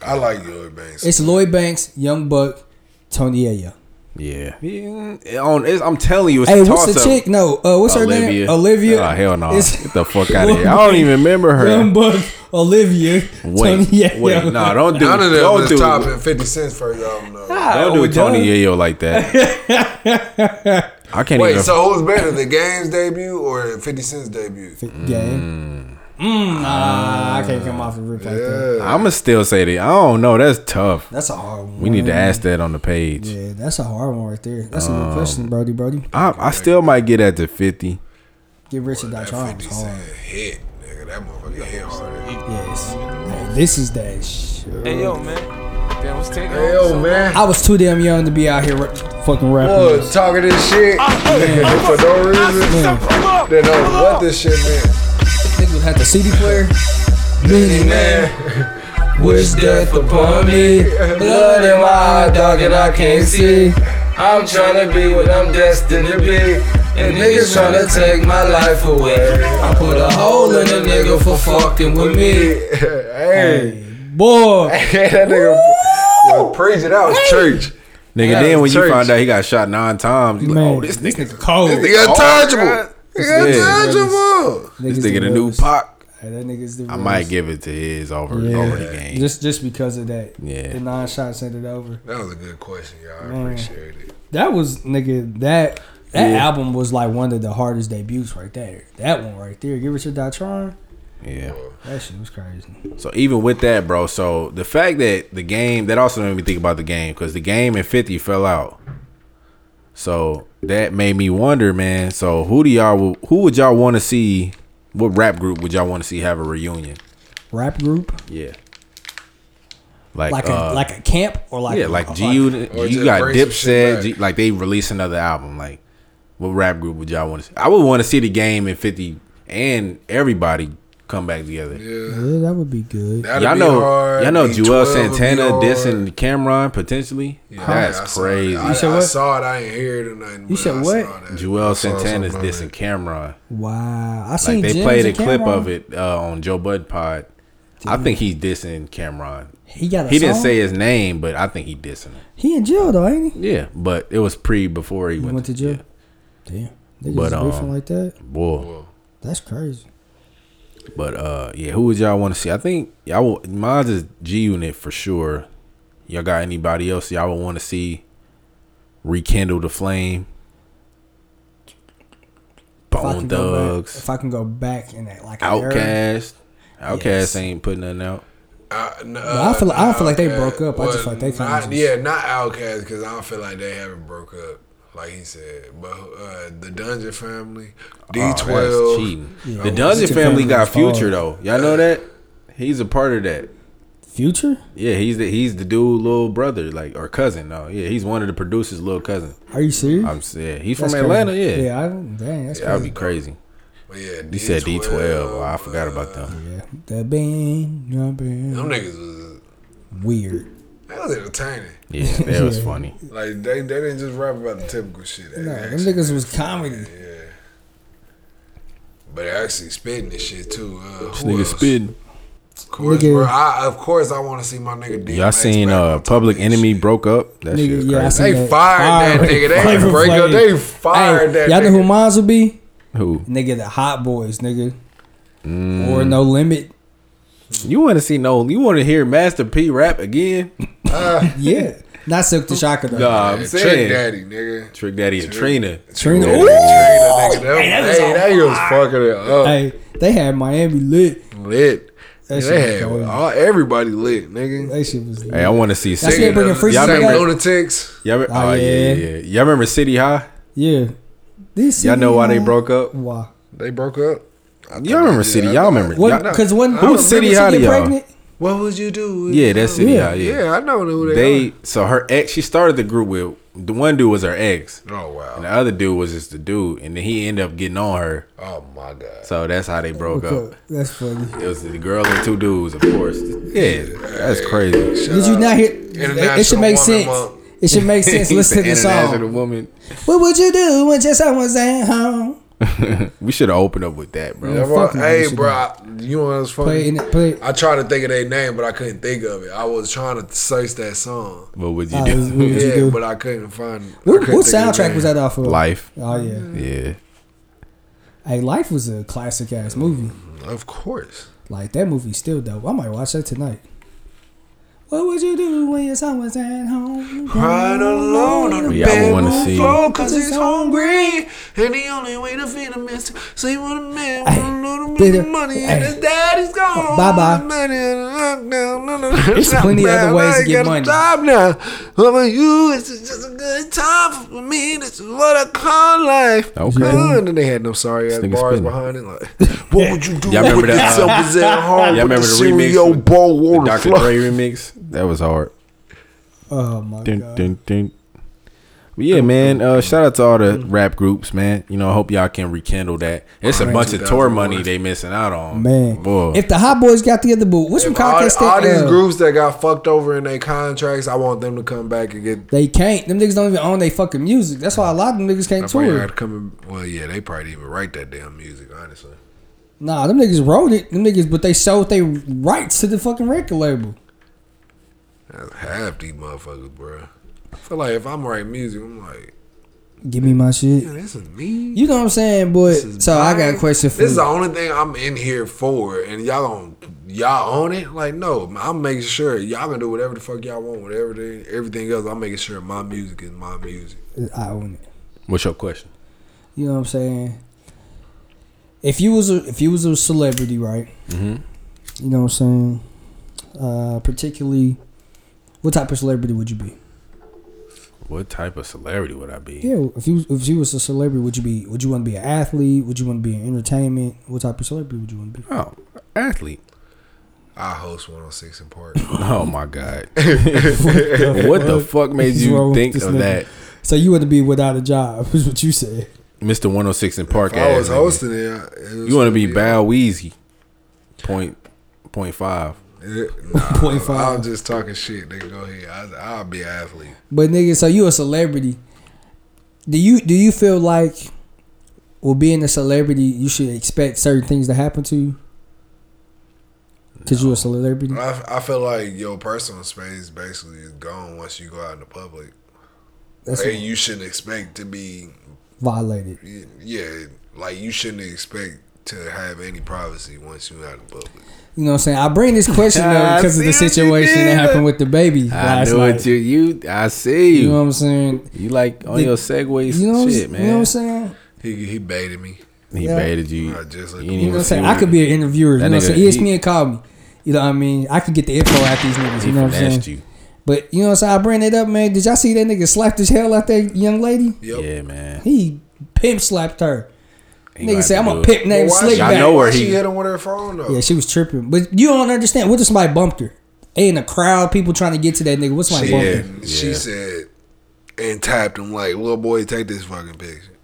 S2: I like Lloyd Banks.
S3: It's Lloyd Banks, Young Buck, Tony Ayo.
S1: Yeah. yeah. On it's, I'm telling you, it's
S3: Hey,
S1: a
S3: what's
S1: toss
S3: the
S1: up.
S3: chick? No, uh, what's her name? Olivia.
S1: Oh hell no!
S3: It's-
S1: Get the fuck out of here! I don't even remember
S3: Young
S1: her.
S3: Buck, Olivia, Tony
S1: Wait,
S3: Ayo.
S1: wait, no, don't do,
S2: None of them
S1: don't
S2: is
S1: do,
S2: topping 50 cents for y'all know.
S1: don't
S3: Oh,
S1: do Tony
S3: duh.
S1: Yayo like that. I can't
S2: Wait,
S1: even.
S2: so who's better, the game's debut or 50 Cent's debut?
S3: Game. Mm, nah, I can't come off the rip like that.
S2: Yeah.
S1: I'm gonna still say that. I don't know. That's tough.
S3: That's a hard one.
S1: We need to ask Um, that on the page.
S3: Yeah, that's a hard one right there. That's a good question, Brody. Brody,
S1: I, I still might get at the 50.
S3: get rich or die trying. was
S2: That 50
S3: hard.
S2: Cent hit, nigga. That motherfucker hit harder.
S3: Yes. Hey, this is that shit.
S8: Hey, yo, man. Damn, what's taking
S2: Hell, man.
S3: I was too damn young to be out here ra- fucking rapping.
S2: was talking this shit
S3: Ah.
S2: nigga, for no
S5: Mm.
S2: reason. They know what this shit meant.
S3: Niggas would have the CD player. Millionaire. Wish death upon me. Blood in my eye, dog, and I can't see.
S8: I'm trying to be what I'm destined to be. And niggas trying to take my life away. I put a hole in a nigga for fucking with me.
S2: hey,
S3: Boy.
S2: that nigga was preaching. That was church.
S1: Nigga,
S2: Yeah,
S1: then when you
S2: church.
S1: found out he got shot nine times, you like,
S3: Man,
S1: oh, this
S3: this
S1: nigga,
S3: nigga cold.
S2: He got tangible. He
S1: Yeah.
S2: got tangible.
S1: this
S3: Niggas
S1: nigga the
S3: the
S1: new
S3: realest.
S1: pop.
S3: Hey, that nigga's the
S1: I
S3: realest.
S1: might give it to his over,
S3: Yeah.
S1: over the game.
S3: Just just because of that.
S1: Yeah.
S3: The nine shot sent it over.
S2: That was a good question, y'all. I
S3: Man.
S2: appreciate it.
S3: That was nigga that that
S1: Yeah.
S3: album was like one of the hardest debuts right there. That one right there. Give it to Datron.
S1: yeah.
S3: That shit was crazy.
S1: So even with that, bro, so the fact that the game, that also made me think about the game because the game and 50 fell out. So that made me wonder, man. So who do y'all, who would y'all want to see? What rap group would y'all want to see have a reunion?
S3: Rap group?
S1: Yeah. Like,
S3: Like
S1: uh,
S3: a like a camp or like
S1: yeah, like G Unit,
S2: Or
S1: you
S2: just
S1: got
S2: bring some shit
S1: Dipset,
S2: back.
S1: G, like they release another album. Like, what rap group would y'all want to? see? I would want to see the game and Fifty and everybody come back together.
S2: Yeah.
S3: Yeah, that would be good.
S2: That'd
S1: y'all
S2: be
S1: know,
S2: hard.
S1: y'all know,
S2: B12
S1: Joel
S2: would be
S1: Santana
S2: hard.
S1: dissing Cameron potentially.
S2: Yeah, I
S1: That's
S2: saw
S1: crazy.
S2: That. I,
S3: You said
S2: I
S3: what?
S2: saw it. I ain't hear it or nothing. but
S3: said
S2: I
S3: what?
S2: Saw that. I
S1: Joel
S2: saw
S1: Santana's
S2: something
S1: dissing
S2: like
S1: Cameron.
S3: Wow. I
S1: Like
S3: seen
S1: they
S3: James
S1: played a
S3: and
S1: clip
S3: Cameron.
S1: of it uh, on Joe Bud Pod. I think he's dissing Cameron.
S3: He got a
S1: He didn't
S3: song?
S1: say his name, but I think he dissing him.
S3: He in jail though, ain't he?
S1: Yeah, but it was pre before he
S3: He
S1: went,
S3: went to jail. Damn. They
S1: But,
S3: just riffing
S1: um,
S3: like that.
S1: Yeah, boy.
S3: That's crazy.
S1: But uh, yeah, who would y'all want to see? I think y'all would, mine's is G Unit for sure. Y'all got anybody else y'all would want to see rekindle the flame?
S3: If I
S1: Bone
S3: can go back,
S1: Thugs,
S3: if I can go back in that like an era.
S1: Outcast. Outcast
S3: Yes.
S1: ain't putting nothing out.
S2: that. I, no,
S3: I feel- I don't feel like they broke up. I
S2: well,
S3: just feel like they kinda
S2: not-
S3: just-
S2: Yeah, not Outkast because I don't feel like they haven't broke up. Like he said, but uh, the Dungeon Family, D
S1: Oh,
S2: E twelve,
S1: that's cheating.
S3: Yeah.
S1: The Dungeon
S3: Future
S1: Family got
S3: Family was
S1: Future though. Y'all know that? He's a part of that.
S3: Future?
S1: Yeah, he's the he's the dude little brother, like or cousin. No, yeah, he's one of the producers' little cousin.
S3: Are you serious?
S1: I'm saying he's from
S3: That's crazy.
S1: Atlanta. Yeah,
S3: Yeah, I, dang, that's
S1: that'd
S3: crazy.
S1: be crazy.
S2: yeah,
S1: You said D twelve. oh, I forgot about them.
S3: Yeah. That band, that band.
S2: Them niggas was
S3: Weird.
S2: that was entertaining.
S1: Yeah, that was funny.
S2: Like they, they didn't just rap about the typical shit. They
S3: No, them
S2: actually-
S3: niggas was comedy.
S2: but they actually spitting this shit too. Uh,
S1: This
S2: who
S1: nigga
S2: else?
S1: spitting.
S2: Of course,
S3: Nigga.
S2: bro. I, of course, I want to see my nigga. DMX
S1: Y'all seen
S2: back
S1: uh
S2: on top
S1: Public
S2: of this
S1: Enemy
S2: shit.
S1: broke up? That shit
S3: Nigga,
S1: was
S3: yeah, I
S1: crazy.
S3: seen
S2: They
S3: that.
S2: fired that
S3: Fire-
S2: nigga. They
S3: Flavor
S2: didn't break up.
S3: Flav.
S2: They fired
S3: Hey,
S2: that
S3: y'all know who
S2: nigga.
S3: mines will be?
S1: Who?
S3: Nigga, the Hot Boys, nigga.
S1: Mm.
S3: Or No Limit.
S1: You want to see no? You want to hear Master P rap again?
S3: Yeah. Not Silk the Shocker, though.
S1: Nah, I'm
S2: Trick
S1: saying Trick Daddy,
S2: Daddy, nigga.
S1: and Trina.
S3: Trina.
S1: Trick Daddy.
S3: Ooh!
S2: Trina, nigga. Them- Hey, that nigga was fucking it up.
S3: Hey, they had Miami lit.
S2: Lit.
S3: That
S2: they
S3: shit
S2: had
S3: was crazy.
S2: all, everybody lit, nigga.
S3: That shit was lit.
S1: Hey, I want to see.
S3: That's it,
S1: City.
S3: bringing Freaks
S1: Y'all
S2: Same
S1: remember?
S2: lunatics.
S1: Y'all, re-
S3: Oh,
S1: oh, yeah,
S3: yeah.
S1: yeah, yeah. Y'all remember City High?
S3: Yeah. This
S1: Y'all know why they
S3: is-
S1: broke up?
S3: Why?
S2: They broke up. I think
S1: Y'all remember
S2: they did.
S1: City?
S2: I
S1: Y'all
S2: know.
S1: remember?
S3: What?
S1: y'all-
S3: Because when
S1: Who was City High to
S2: uh,
S3: get
S1: y'all?
S3: pregnant?
S2: What would you do? if-
S1: Yeah, that's City
S3: Yeah.
S1: High. Yeah.
S2: Yeah, I know who they.
S1: They so her ex. She started the group with the one dude was her ex,
S2: are. Oh
S1: and
S2: wow.
S1: the other dude was just the dude, and then he ended up getting on her.
S2: Oh my god.
S1: So that's how they broke up.
S3: That's funny.
S1: It was the girl and two dudes, of course. Yeah, that's crazy.
S3: Did you not hear? It should
S2: International
S3: make
S2: Woman
S3: sense.
S2: Month.
S3: It should make sense.
S1: He's
S3: Listen to
S1: the
S3: the
S1: international
S3: song.
S1: woman.
S3: What would you do when just someone's at home?
S1: We should have opened up with that, bro.
S2: Yeah,
S3: fuck
S2: bro,
S3: with
S2: hey,
S3: this shit,
S2: bro, I- you know what's
S3: Play it
S2: funny?
S3: in it. Play it.
S2: I tried to think of their name, but I couldn't think of it. I was trying to search that song.
S1: What would you
S3: Oh,
S1: do?
S3: what would you
S2: yeah,
S3: do?
S2: but I couldn't find. I
S3: What,
S2: couldn't
S3: what
S2: think of the
S3: soundtrack was
S2: name.
S3: that off of?
S1: Life.
S3: Oh yeah.
S1: Yeah.
S3: Hey, Life was a classic ass movie.
S2: Of course.
S3: Like that movie still dope. I might watch that tonight. What would you do when your son was at home?
S2: Right alone on the
S1: Yeah, I would wanna
S2: bedroom
S1: see-
S2: floor 'cause he's hungry. And the only way to feed him is to sleep with a man with a little bit
S3: bitter-
S2: of money.
S3: hey.
S2: And his daddy's gone.
S3: Bye-bye.
S2: Money and lockdown, no, no,
S3: There's
S2: no,
S3: plenty of other
S2: now
S3: ways
S2: I
S3: to get
S2: got a
S3: money.
S2: Job now. What about you? It's just a good time for me. This is what I call life.
S1: Okay.
S2: Good. And they had no sorry ass
S1: nigga
S2: bars
S1: spinning.
S2: behind it. Like, what would you do?
S1: Y'all remember that, uh,
S2: yourself was at home.
S1: Y'all remember the remix?
S2: Yo,
S1: with
S2: bowl
S1: the
S2: on the
S1: Dr.
S2: floor.
S1: Dre remix? That was hard.
S3: Oh my
S1: Dun,
S3: god.
S1: dun, dun. But yeah, man. Uh, shout out to all the
S3: Mm-hmm.
S1: rap groups, man. You know, I hope y'all can rekindle that. It's a
S2: Crazy
S1: bunch of tour
S2: 2001.
S1: money they missing out on,
S3: Man,
S1: Boy,
S3: if the Hot Boys got together, but what's from
S2: All-
S3: Comcast?
S2: all,
S3: they-
S2: these
S3: uh,
S2: groups that got fucked over in their contracts, I want them to come back and get.
S3: They can't. Them niggas don't even own they fucking music. That's why a lot of them niggas can't
S2: I probably
S3: tour.
S2: gotta come and- well, yeah, they probably didn't even write that damn music, honestly.
S3: Nah, them niggas wrote it. Them niggas, but they sold their rights to the fucking record label.
S2: That's half these motherfuckers, bro. I feel like if I'm writing music, I'm like,
S3: Give me my shit.
S2: man, this is me.
S3: You know what I'm saying, boy?
S2: This is
S3: So I got a
S2: mine.
S3: question for
S2: This is the
S3: you.
S2: only thing I'm in here for, and y'all don't y'all own it. Like, no, I'm making sure y'all can do whatever the fuck y'all want, whatever they, everything else. I'm making sure my music is my music.
S3: I own it.
S1: what's your question?
S3: You know what I'm saying? If you was a, if you was a celebrity, right? Mm-hmm. You know what I'm saying? Uh, particularly, what type of celebrity would you be?
S1: What type of celebrity would I be?
S3: Yeah, if you if you was a celebrity, would you be? Would you want to be an athlete? Would you want to be in entertainment? What type of celebrity would you want to be?
S1: Oh, athlete.
S2: I host 106 in Park.
S1: Oh my god. what the fuck made
S3: What's wrong
S1: you
S3: with
S1: think
S3: this
S1: of
S3: nigga?
S1: that,
S3: So you want to be without a job? Is what you said.
S1: Mister One Hundred Six in Park?
S2: If I
S1: ass
S2: was
S1: nigga?
S2: hosting it. I- it was
S1: You want to be
S2: gonna
S1: Bow Weezy? Point point five.
S2: Nah,
S1: Uh,
S3: Point five.
S2: I'm just talking shit. Nigga, go ahead. I, I'll be an athlete.
S3: But nigga, so you a celebrity? Do you do you feel like, well, being a celebrity, you should expect certain things to happen to you? Cause you a celebrity.
S2: I, I feel like your personal space basically is gone once you go out in the public.
S3: That's
S2: and you shouldn't expect to be,
S3: violated.
S2: yeah, like you shouldn't expect to have any privacy once you out in public.
S3: You know what I'm saying? I bring this question
S1: I
S3: up because
S1: see
S3: of the
S1: what you
S3: situation
S1: did.
S3: that happened with the baby
S1: I
S3: last
S1: know it.
S3: night.
S1: You, you, I see you.
S3: You
S1: You,
S3: know what I'm saying?
S1: like on
S3: The-
S1: your segways,
S3: You know,
S1: shit,
S3: what,
S1: man.
S3: I'm- you know what I'm saying?
S2: He he baited me.
S1: He
S3: Yeah.
S1: baited you.
S2: I just
S1: You ain't
S2: like- You
S3: You know
S1: even
S3: what I'm saying?
S1: see
S3: I could be an interviewer. You
S1: That
S3: know what I'm
S1: nigga,
S3: saying?
S1: he-
S3: ESPN called me. You know what I mean? I can get the info out these niggas.
S1: He
S3: You know what I'm saying?
S1: finessed you.
S3: But you know what I'm saying? I bring it up, man. Did y'all see that nigga slap this hell out that young lady?
S2: Yep.
S1: Yeah, man.
S3: He pimp slapped her.
S1: He
S3: nigga
S1: like
S3: said,
S1: to
S3: I'm
S1: do
S3: a
S1: it."
S3: pimp
S2: But
S3: named
S2: why
S3: Slick
S2: she-
S1: Y'all
S3: Back.
S1: know where
S2: why she
S1: he-
S2: hit him with her phone though.
S3: Yeah, she was tripping. But you don't understand. What if somebody bumped her? In a crowd, people trying to get to that nigga. What's my
S2: she,
S3: bump?
S1: Yeah.
S3: her?
S2: and she
S1: Yeah.
S2: said and tapped him like, little boy, take this fucking picture.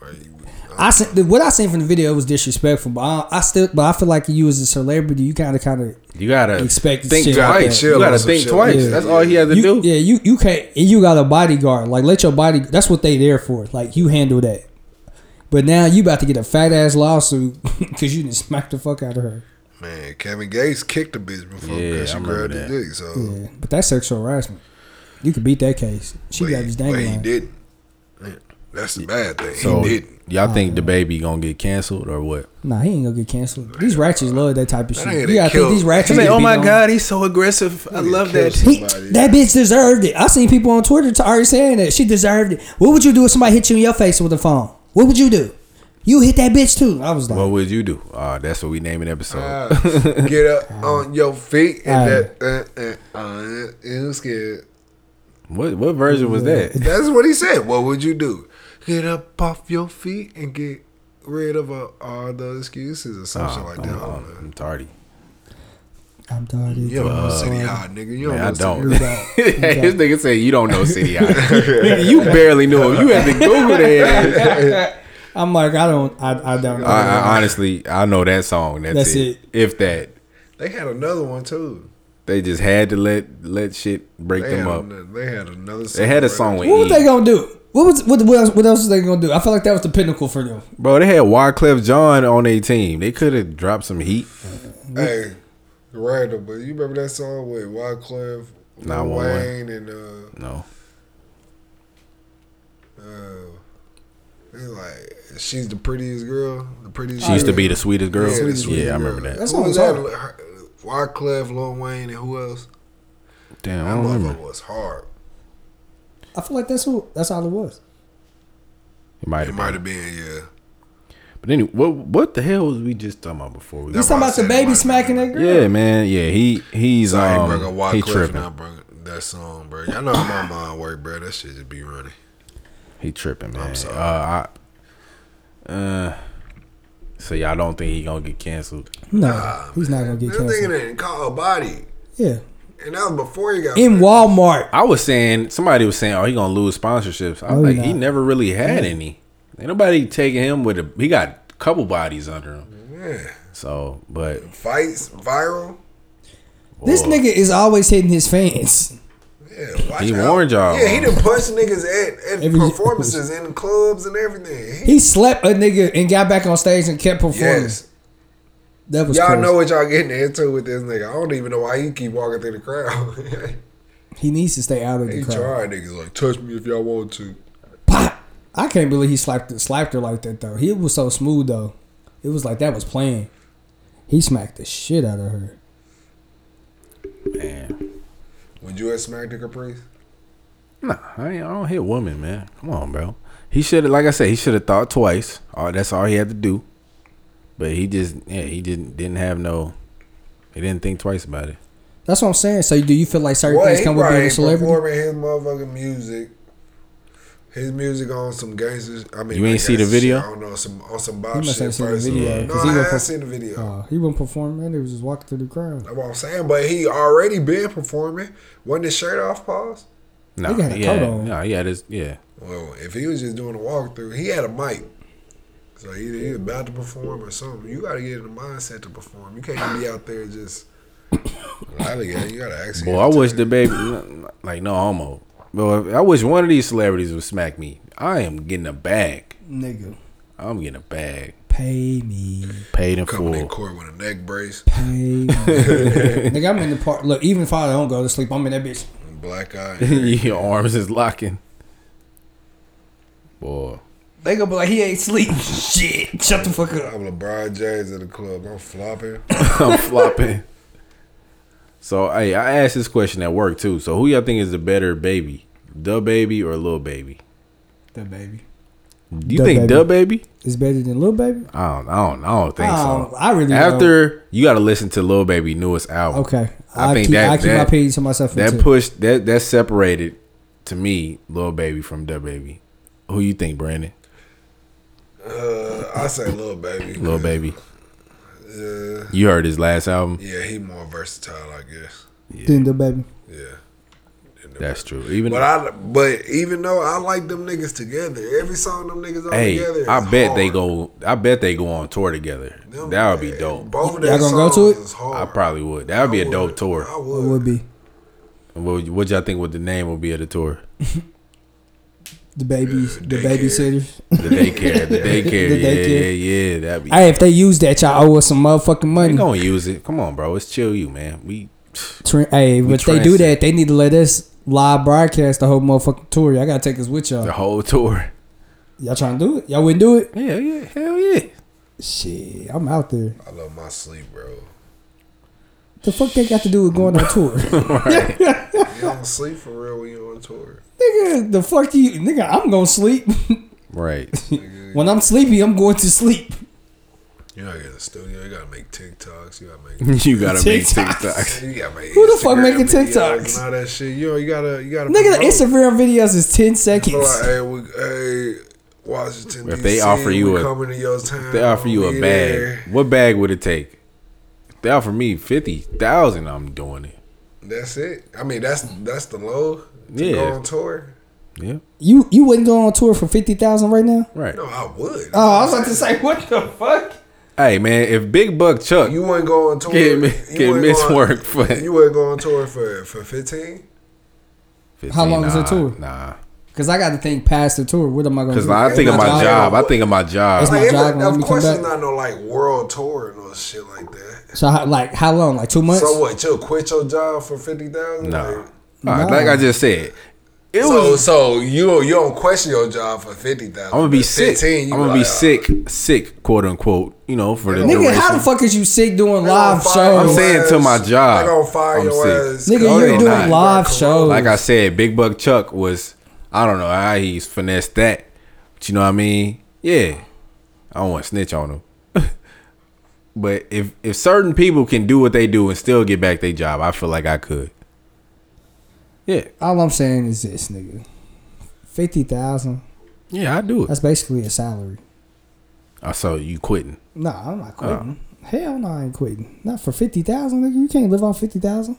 S2: Or you,
S3: I seen, the- what I seen from the video was disrespectful, but I, I still, but I feel like you as a celebrity, you kind of, kind of
S1: You gotta
S3: Expect
S1: think
S3: shit like
S1: twice.
S3: that.
S1: you
S2: Chill
S1: gotta
S2: on some
S1: think
S2: shit like
S1: twice.
S2: that.
S1: That's all he had to
S3: You-
S1: do.
S3: Yeah, you you can't. and You got a bodyguard. Like let your body. That's what they there for. Like you handle that. But now you about to get a fat ass lawsuit because you didn't smack the fuck out of her.
S2: man, Kevin Gates kicked the bitch before
S1: Yeah,
S2: because
S1: I
S2: she
S1: remember
S2: grabbed his
S1: that.
S2: dick. So
S3: Yeah, but that's sexual harassment. You could beat that case. She
S2: But
S3: got
S2: he-
S3: his
S2: but he
S3: dangling.
S2: didn't. That's the bad thing.
S1: So
S2: he didn't.
S1: y'all think
S3: Oh.
S1: the baby gonna get canceled or what?
S3: Nah, he ain't gonna get canceled. These ratchets love that type of shit.
S2: nigga
S3: You gotta
S2: killed-
S3: think these ratchets.
S1: He's like,
S3: get
S1: oh
S3: beat
S1: my
S3: on."
S1: god, he's so aggressive. I love that.
S2: killed
S3: He,
S2: Somebody.
S3: that bitch deserved it. I seen people on Twitter t- already saying that she deserved it. What would you do if somebody hit you in your face with a phone? What would you do? You hit that bitch too. I was like,
S1: What would you do? Uh, that's what we name an episode.
S2: Uh, get up on your feet and
S3: Uh.
S2: that uh, uh, uh, it was scared.
S1: what what version was that?
S2: That's what he said. What would you do?
S9: Get up off your feet and get rid of uh, all those excuses or
S1: Oh,
S9: something like that.
S1: I'm,
S9: I don't
S1: I'm,
S9: know.
S1: I'm tardy.
S3: I'm dirty.
S9: You don't know City High, nigga. You don't
S1: Man, I
S9: know City
S1: don't.
S3: You're right.
S1: hey, this nigga said you don't know City High. nigga, you barely knew him. You had to Google that.
S3: I'm like, I don't, I, I don't.
S1: I, I honestly, I know that song. That's,
S3: That's
S1: it.
S3: it.
S1: If that,
S9: They had another one too.
S1: they just had to let let shit break
S9: They
S1: them
S9: had,
S1: up.
S9: an- they had another. Song
S1: They had a
S9: right
S1: song with
S3: what was
S1: E.
S3: they gonna do? What was what, what else? What else was they gonna do? I feel like that was the pinnacle for them.
S1: bro. They had Wyclef John on their team. They could have dropped some heat.
S9: Hey, random, but you remember that song with Wyclef, Lil
S1: 911.
S9: Wayne, and uh,
S1: No,
S9: it's like she's the prettiest girl, the prettiest.
S1: she used to be the sweetest girl.
S9: Yeah,
S1: Yeah,
S9: the sweetest
S1: I
S9: girl.
S1: remember that.
S3: That's
S9: Who
S3: what
S9: was
S3: I'm
S9: that? Her- Wyclef, Lil Wayne, and who else?
S1: Damn, I
S9: That
S1: don't
S9: mother
S1: remember.
S9: was hard.
S3: I feel like that's who. That's all it was.
S1: It might
S9: It
S1: have
S9: might
S1: been.
S9: have been yeah.
S1: But anyway, what what the hell was we just talking about before we?
S3: You
S9: why I
S3: talking about the
S9: said it might
S3: baby
S9: have
S3: smacking that girl?
S1: Yeah, man. Yeah, he he's
S9: I ain't
S1: um
S9: bring up
S1: he
S9: Wyclef and I
S1: tripping.
S9: bring that song, bro. Y'all know how my mind work, bro. That shit just be running.
S1: He tripping, man.
S9: sorry.
S1: Uh, I, uh, so y'all don't think he gonna get canceled?
S3: No, he's not gonna get
S9: That nigga
S3: canceled.
S9: didn't call a body,
S3: Yeah,
S9: and that was before he got
S3: in Walmart.
S1: I was saying somebody was saying, oh, he gonna lose sponsorships. I'm
S3: No,
S1: like,
S3: he
S1: he
S3: not.
S1: never really had any. Ain't nobody taking him with a. He got a couple bodies under him.
S9: Yeah.
S1: So, but
S9: fights viral. Oh.
S3: This
S1: Whoa.
S3: nigga is always hitting his fans.
S9: Yeah, watch
S1: He
S9: out.
S1: warned y'all.
S9: Yeah, he done punched niggas at, at
S3: Every-
S9: performances in clubs and everything. He,
S3: He slept a nigga and got back on stage and kept performing.
S9: yes,
S3: That was
S9: y'all
S3: crazy.
S9: know what y'all getting into with this nigga. I don't even know why he keep walking through the crowd.
S3: He needs to stay out of
S9: he
S3: the crowd.
S9: trying niggas like touch me if y'all want to.
S3: Pop! I can't believe he slapped slapped her like that though. He was so smooth though. It was like that was playing. He smacked the shit out of her.
S9: Would you have smacked a Caprice?
S1: nah, I, ain't, I don't hit women, man. Come on, bro. He should have, like I said, he should have thought twice. All that's all he had to do. But he just, yeah, he didn't didn't have no. He didn't think twice about it.
S3: That's what I'm saying. So do you feel like certain
S9: Well,
S3: things
S9: he
S3: come with
S9: probably
S3: being a
S9: ain't
S3: celebrity?
S9: performing his motherfucking music. His music on some gangsters. I mean,
S1: You
S9: not
S1: ain't see the
S9: gangsta shit,
S1: video?
S9: I don't know some on some Bob
S3: You must
S9: shit.
S3: ain't seen the
S9: first.
S3: video,
S9: No,
S3: 'cause he
S9: I
S3: was
S9: haven't
S3: perf-
S9: seen the video.
S3: Uh, he wasn't performing. Man, he was just walking through the crowd.
S9: That's what I'm saying. But he already been performing. Wasn't his shirt off, pause?
S1: No,
S3: Nigga had a
S1: yeah,
S3: coat on.
S1: no, yeah, this, yeah.
S9: Well, if he was just doing a walkthrough, he had a mic. So either he's about to perform or something. You got to get in the mindset to perform. You can't be out there just. Alligator, you got to actually.
S1: Boy, I wish the baby, like no homo. But I wish one of these celebrities would smack me. I am getting a bag.
S3: Nigga,
S1: I'm getting a bag.
S3: pay me,
S1: Paid in
S9: coming in
S1: full.
S9: court with a neck brace,
S3: pay me. Nigga, I'm in the park. Look, even if I don't go to sleep, I'm in that bitch.
S9: and black eye.
S1: Your arms is locking. Boy,
S3: They gonna be like, he ain't sleep. Shit, shut the fuck up.
S9: I'm LeBron James at the club. I'm flopping.
S1: I'm flopping. So hey, I asked this question at work too. So who y'all think is the better baby, the baby or little baby?
S3: The baby
S1: Do you
S3: Da
S1: think
S3: Baby.
S1: the baby?
S3: is better than little baby.
S1: I don't, I don't, I don't think
S3: Oh,
S1: so.
S3: I really
S1: after you got to listen to Lil Baby newest album.
S3: Okay,
S1: I
S3: I,
S1: think
S3: keep,
S1: that-
S3: I keep my
S1: that-
S3: opinion to myself.
S1: that
S3: too.
S1: pushed that that separated to me Lil Baby from Da Baby. Who you think, Brandon?
S9: Uh, I say little baby.
S1: Lil Baby.
S9: Uh,
S1: You heard his last album.
S9: yeah, he more versatile, I guess.
S3: than the baby.
S9: Yeah.
S1: That's true. Even
S9: But I, but even though I like them niggas together, every song them niggas on
S1: hey,
S9: together. is
S1: I bet they
S9: hard.
S1: go. I bet they go on tour together.
S9: Them-
S1: that would be
S9: hey,
S1: dope.
S9: Both of
S3: Y'all
S9: their
S3: gonna go to
S9: songs
S3: it?
S9: is hard.
S1: I probably would. That would be a
S9: would.
S1: dope
S9: I
S1: tour.
S3: It
S9: would.
S3: would be
S1: What what y'all think? What the name would be of the tour?
S3: the babies, the
S9: daycare.
S3: babysitters.
S1: The daycare. The daycare.
S3: The
S1: yeah,
S3: daycare.
S1: yeah, yeah. That'd be.
S3: Hey, if they use that, y'all owe us some motherfucking
S1: we
S3: money.
S1: gonna use it. Come on, bro. It's chill, you man. We
S3: Tra- hey, but if they do
S1: transit.
S3: that, they need to let us live broadcast the whole motherfucking tour. Y'all gotta take us with
S1: the
S3: y'all.
S1: whole tour.
S3: Y'all trying to do it? Y'all wouldn't do it?
S1: Yeah, yeah, hell yeah.
S3: Shit, I'm out there.
S9: I love my sleep, bro.
S3: The fuck they got to do with going on tour?
S9: You don't sleep for real when you on tour.
S3: nigga, the fuck you, nigga. I'm gonna sleep.
S1: Right.
S3: when I'm sleepy, I'm going to sleep.
S9: You gotta get in the studio. You gotta make TikToks. You gotta make.
S1: you gotta make
S3: TikToks.
S1: TikToks.
S9: You gotta make
S3: Who the fuck
S9: Instagram
S3: making
S9: videos
S3: TikToks?
S9: And all that shit. You know, you gotta, you gotta.
S3: Nigga, the
S9: promote.
S3: Instagram videos is ten
S9: People
S3: seconds.
S9: Like, hey, we, hey, Washington.
S1: If they
S9: DC,
S1: offer you
S9: we
S1: a-
S9: coming to your town,
S1: If they offer you a
S9: be
S1: bag,
S9: there.
S1: what bag would it take? If they offer me fifty thousand, I'm doing it.
S9: That's it. I mean, that's that's the low. To
S1: Yeah.
S9: go on tour.
S1: Yeah,
S3: You you wouldn't go on tour for fifty thousand right now?
S1: right.
S9: No, I would.
S3: Oh, I was about to say, what the fuck?
S1: Hey man, if Big Buck Chuck
S9: you wouldn't go on tour.
S1: can
S9: you
S1: can
S9: wouldn't
S1: miss
S9: go on-
S1: work for
S9: You wouldn't go on tour for for fifteen.
S1: 15,
S3: How long is the
S1: nah,
S3: tour?
S1: Nah,
S3: Because I got to think past the tour. What am I going to
S1: because
S3: do?
S1: I think of
S3: My
S1: my
S3: job.
S1: job. I think of my
S3: It's
S1: job.
S3: my
S9: Like, if
S3: job
S9: it-
S3: when we
S9: of
S3: come
S9: course, it's
S3: back.
S9: not no like world tour and no shit like that.
S3: So how, like how long? Like two months?
S9: So what? You'll quit your job for fifty thousand?
S1: Nah.
S9: Like,
S1: All right,
S3: Nah.
S1: like I just said, it
S9: so
S1: was.
S9: so you you don't question your job for fifty thousand?
S1: I'm gonna be sick. I'm gonna be
S9: like,
S1: sick, sick, quote unquote. You know, for the
S9: Nigga,
S3: Nigga,
S1: duration.
S3: how the fuck is you sick doing live
S9: They gonna
S1: I'm
S9: fire your
S3: shows?
S1: saying to
S9: ass.
S1: my job,
S9: They gonna fire
S1: I'm
S9: your
S1: sick.
S9: ass.
S3: Nigga,
S1: No,
S3: you're
S1: they
S3: doing
S1: not.
S3: live shows.
S1: like I said, Big Buck Chuck was I don't know how he's finessed that. But you know what I mean? Yeah. I don't want to snitch on him. but if if certain people can do what they do and still get back their job, I feel like I could. Yeah.
S3: All I'm saying is this, nigga. Fifty thousand.
S1: Yeah, I do it.
S3: That's basically a salary.
S1: I saw you quitting.
S3: Nah, I'm not quitting.
S1: Oh.
S3: Hell no, I ain't quitting. Not for fifty thousand, nigga. You can't live on fifty thousand.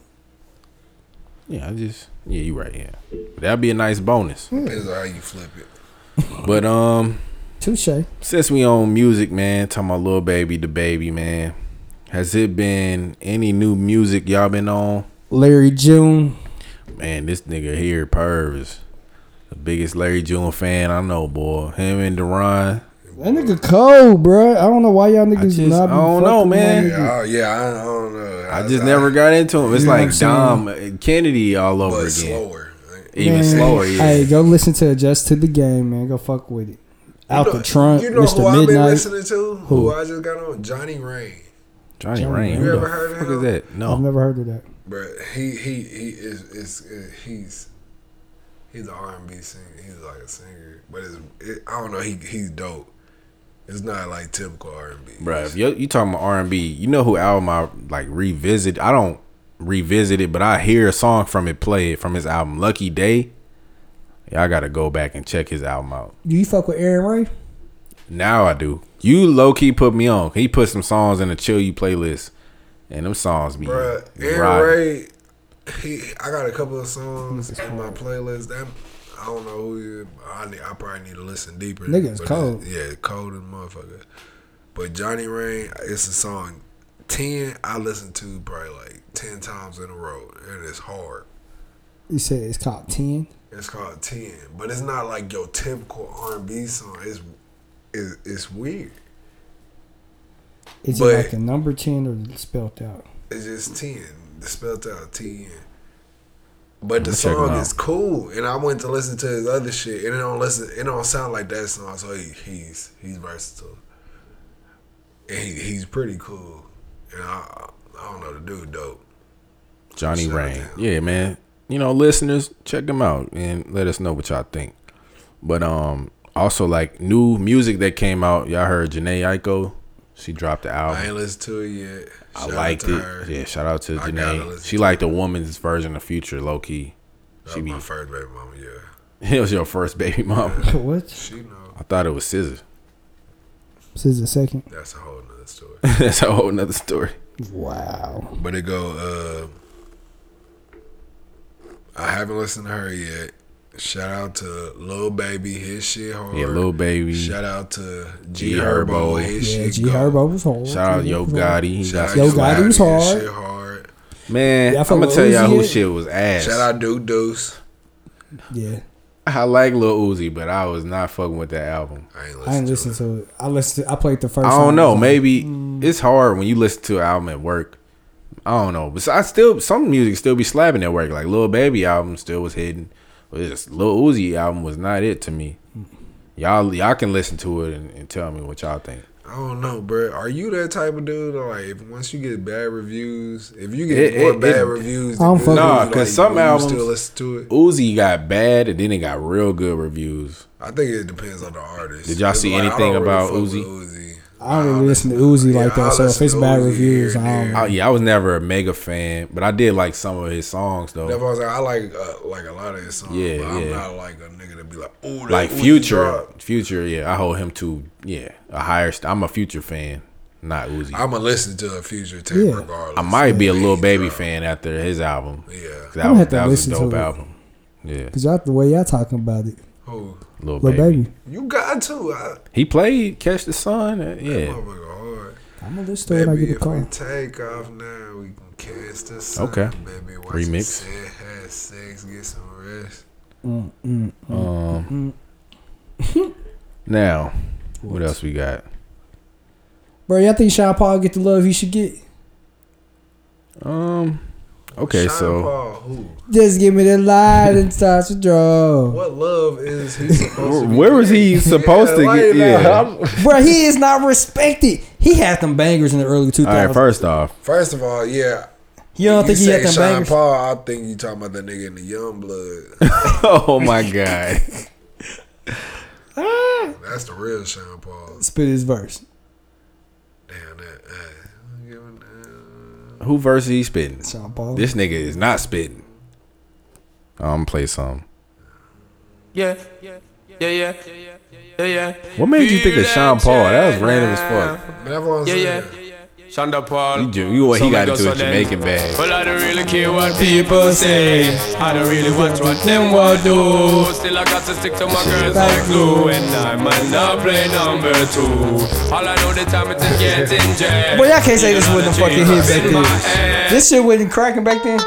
S1: Yeah, I just Hmm. Yeah, you right, yeah. But that'd be a nice bonus.
S9: Depends on how you flip it.
S1: But um
S3: Touche.
S1: Since we on music, man, talking about little baby, the baby, man. Has it been any new music y'all been on?
S3: Larry June.
S1: Man, this nigga here, Perv, is the biggest Larry June fan I know, boy. Him and Deron.
S3: That nigga cold, bruh. I don't know why y'all niggas
S1: I just-
S3: not. Be
S1: I don't know,
S3: fucking with
S1: man.
S3: that nigga.
S9: Yeah, I, oh, yeah, I, I don't know.
S1: I just never got into him. It's
S3: You know what
S1: like
S3: I'm saying?
S1: Dom and Kennedy all over
S9: But
S1: again.
S9: slower. Like,
S1: Even
S3: Man,
S1: slower, yeah.
S3: Hey, go listen to Adjust to the Game, man. Go fuck with it. Out
S9: You know-
S3: the trunk,
S9: You know
S3: Mr.
S9: who I've been
S3: Midnight.
S9: listening to? Who I just got on? Johnny Rain.
S1: Johnny
S3: Johnny
S1: Rain.
S3: Rain.
S1: Who
S9: You
S1: the
S9: ever heard of
S1: fuck
S9: him?
S1: is that?
S3: I've
S1: No.
S3: never heard of that.
S9: But he he he is is uh, he's he's an R and B singer. He's like a singer, but it's it, I don't know. He he's dope. It's not like typical R and B.
S1: Bruh, if you you talking about R and B, you know who album I like revisit. I don't revisit it, but I hear a song from it play it from his album Lucky Day. Y'all gotta go back and check his album out.
S3: Do you fuck with Aaron Ray?
S1: Now I do. You low key put me on. He put some songs in the chill you playlist, and them songs be
S9: Bruh, Aaron
S1: riding.
S9: Ray. He I got a couple of songs in my playlist. That I don't know who you. I need, I probably need to listen deeper.
S3: Nigga, it's
S9: But
S3: cold.
S9: it- Yeah, cold and motherfucker. But Johnny Rain, it's a song. Ten I listened to probably like ten times in a row, and it's hard.
S3: You said it's called Ten.
S9: It's called Ten, but it's not like your typical R and B song. It's it's, it's weird.
S3: Is
S9: But-
S3: it like the number ten or spelt out?
S9: It's just Ten, spelled out T N. But the
S1: I'ma check 'em
S9: song
S1: out.
S9: is cool, and I went to listen to his other shit, and it don't listen. It don't sound like that song. So he, he's he's versatile, and he, he's pretty cool. And I I don't know the dude dope.
S1: Johnny
S9: Shout
S1: Rain.
S9: out.
S1: Yeah, man. You know, listeners, check him out and let us know what y'all think. But um, also like new music that came out. Y'all heard Janae Aiko. She dropped the album.
S9: I ain't listened to it yet.
S1: I
S9: Shout out
S1: liked
S9: to
S1: it.
S9: her.
S1: Yeah, shout out to
S9: I gotta
S1: Janae.
S9: listen
S1: She
S9: to
S1: liked the woman's version of Future, low key.
S9: That
S1: She
S9: was
S1: be
S9: my first baby mama. Yeah,
S1: it was your first baby mom.
S3: What?
S9: she know.
S1: I thought it was Scissor.
S3: This is the second.
S9: That's a whole nother story.
S1: That's a whole nother story.
S3: Wow.
S9: But it go. Uh, I haven't listened to her yet. Shout out to Lil Baby, his shit hard.
S1: Yeah, little baby.
S9: Shout out to G
S1: G
S9: Herbo,
S1: Herbo.
S9: his
S3: Yeah,
S9: shit
S3: G
S9: go.
S3: Herbo was hard.
S1: Shout out
S3: G
S1: Yo
S3: Herbo was
S1: Gotti.
S3: hard.
S1: He
S9: Shout
S1: got
S9: out
S1: some
S3: Yo
S9: to
S1: slaps.
S3: Gotti was
S9: Gotti, his
S3: hard.
S9: Shit hard.
S1: Man,
S3: Y'all
S1: I'm
S3: fuck
S1: gonna
S3: with
S1: tell y'all
S3: Uzi
S1: who
S3: yet?
S1: shit was ass.
S9: Shout out Duke Deuce.
S3: Yeah,
S1: I like Lil Uzi, but I was not fucking with that album.
S9: I ain't listened
S3: I didn't
S9: to
S3: listen
S9: it.
S3: to it. I listened. To, I played the first.
S1: I
S3: song.
S1: don't know. Maybe
S9: mm.
S1: it's hard when you listen to an album at work. I don't know, but I still some music still be slapping at work. Like Lil Baby album still was hidden, but it's just Lil Uzi album was not it to me. Y'all y'all can listen to it and, and tell me what y'all think.
S9: I don't know, bro. Are you that type of dude? that, Like, if once you get bad reviews, if you get
S1: It-
S9: more
S1: it-
S9: bad
S1: it-
S9: reviews,
S3: I don't fuck
S9: than good,
S3: with
S1: Nah,
S9: like,
S1: 'cause some
S9: you
S1: albums-
S9: still listen to it.
S1: Uzi got bad and then it got real good reviews.
S9: I think it depends on the artist.
S1: Did y'all
S9: It's
S1: see
S9: like, I
S1: anything
S9: don't really
S1: about
S9: fuck with
S1: Uzi?
S9: Uzi?
S10: I don't really listen to Uzi like
S9: I
S10: that. So if
S9: listen
S10: it's
S9: to
S10: bad
S9: Uzi
S10: reviews,
S9: here and
S10: I don't.
S1: I, yeah, I was never a mega fan, but I did like some of his songs though.
S9: That's why I was like, I like uh, like a lot of his songs.
S1: Yeah,
S9: but I'm
S1: yeah.
S9: not like a nigga to be like, ooh, that
S1: like
S9: Uzi
S1: Future,
S9: drop.
S1: Future, yeah, I hold him to yeah a higher. St- I'm a Future fan, not Uzi. i
S9: I'ma listen to a future tape
S10: Yeah.
S9: regardless.
S1: might be a
S9: Yeah,
S1: little
S9: he
S1: baby
S9: drop.
S1: fan after his album.
S9: Yeah.
S1: 'Cause That
S10: I'm gonna
S1: was,
S10: have to
S1: that was a
S10: listen to
S1: dope
S10: it.
S1: album. Yeah,
S10: Cause y'all the way y'all talking about it,
S9: Who?
S1: little
S10: little
S1: baby.
S10: baby.
S9: You got to. I,
S1: He played Catch the Sun. uh,
S9: that
S1: Yeah.
S9: motherfucker hard.
S10: I'm gonna listen to it. when I
S9: Baby,
S10: get a
S9: if we
S10: call.
S9: take off now, we can catch the sun.
S1: Okay.
S9: Baby, watch
S1: Remix.
S9: Remix. have sex, get some rest.
S10: Mm, mm, mm.
S1: Um. now, what else we got?
S10: Bro, y'all think Sean Paul get the love he should get?
S1: Um. Okay,
S9: Sean
S1: so
S9: Paul, who?
S10: Just give me the light and start to draw.
S9: What love is he supposed to be?
S1: where was he supposed to
S9: like
S1: get?
S9: that.
S1: Yeah.
S10: Bro, he is not respected. He had them bangers in the early 2000s.
S1: All right. First off,
S9: First of all, yeah.
S10: you don't
S9: you
S10: think he
S9: say
S10: had them
S9: Sean
S10: bangers?
S9: Paul, I think you talking about that nigga in the young blood.
S1: oh my god.
S9: That's the real Sean Paul.
S10: Spit his verse.
S9: Damn that. Uh, giving, uh,
S1: Who verse he spitting?
S10: Sean Paul.
S1: This nigga is not spitting. I'm play some.
S5: Yeah, yeah, yeah, yeah, yeah, yeah.
S1: What made you think of Sean Paul? That was random as fuck.
S9: but that's what I'm
S5: Yeah,
S9: saying.
S5: yeah. Shonda Paul.
S1: You, ju- you what he
S5: Some
S1: got
S5: niggas
S1: into a
S5: are them.
S1: Jamaican bag.
S5: Well, I don't really care what people say. I don't really watch what them will do. Still, I got to stick to my girls like glue. And I might not play number two. All I know the time is just getting jammed.
S3: Boy, y'all can't say this wasn't a fucking hit back then.
S5: then.
S3: This shit wasn't cracking back then.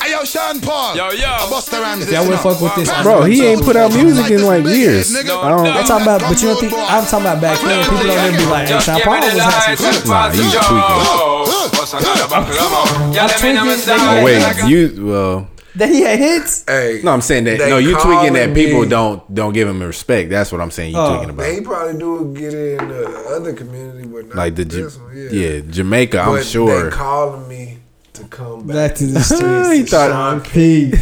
S2: Hey, yo, Sean Paul.
S5: Yo, yo.
S2: I bust around this.
S3: Y'all
S2: you
S3: would
S2: know.
S3: fuck with this.
S1: Bro, he ain't put out music in like years. I
S3: I'm
S1: don't.
S3: talking about, but you don't think I'm talking about back then. People don't even be like, hey,
S5: Just
S3: Sean
S5: give
S3: Paul
S5: me
S3: was
S5: the
S3: hot.
S5: lights and
S1: Nah,
S5: pass
S1: he's
S5: it
S2: tweaking.
S5: down. Bust another buckle of 'em. Yeah,
S3: I'm
S5: let me know
S3: tweaking.
S5: it's down.
S1: Oh wait, you well.
S3: That he had hits.
S9: Hey,
S1: No, I'm saying that.
S9: they
S1: No, you tweaking that
S9: calling
S1: people
S9: me-
S1: don't don't give him respect. That's what I'm saying. You
S3: Oh.
S1: tweaking
S9: They
S1: about
S9: probably do get it in the other community, but not
S1: like the
S9: this
S1: Ja-
S9: one.
S1: yeah.
S9: Yeah,
S1: Jamaica.
S9: But
S1: I'm sure.
S9: They calling me to come
S3: Back
S9: back.
S3: to the streets.
S1: He
S9: Sean
S1: thought
S3: P,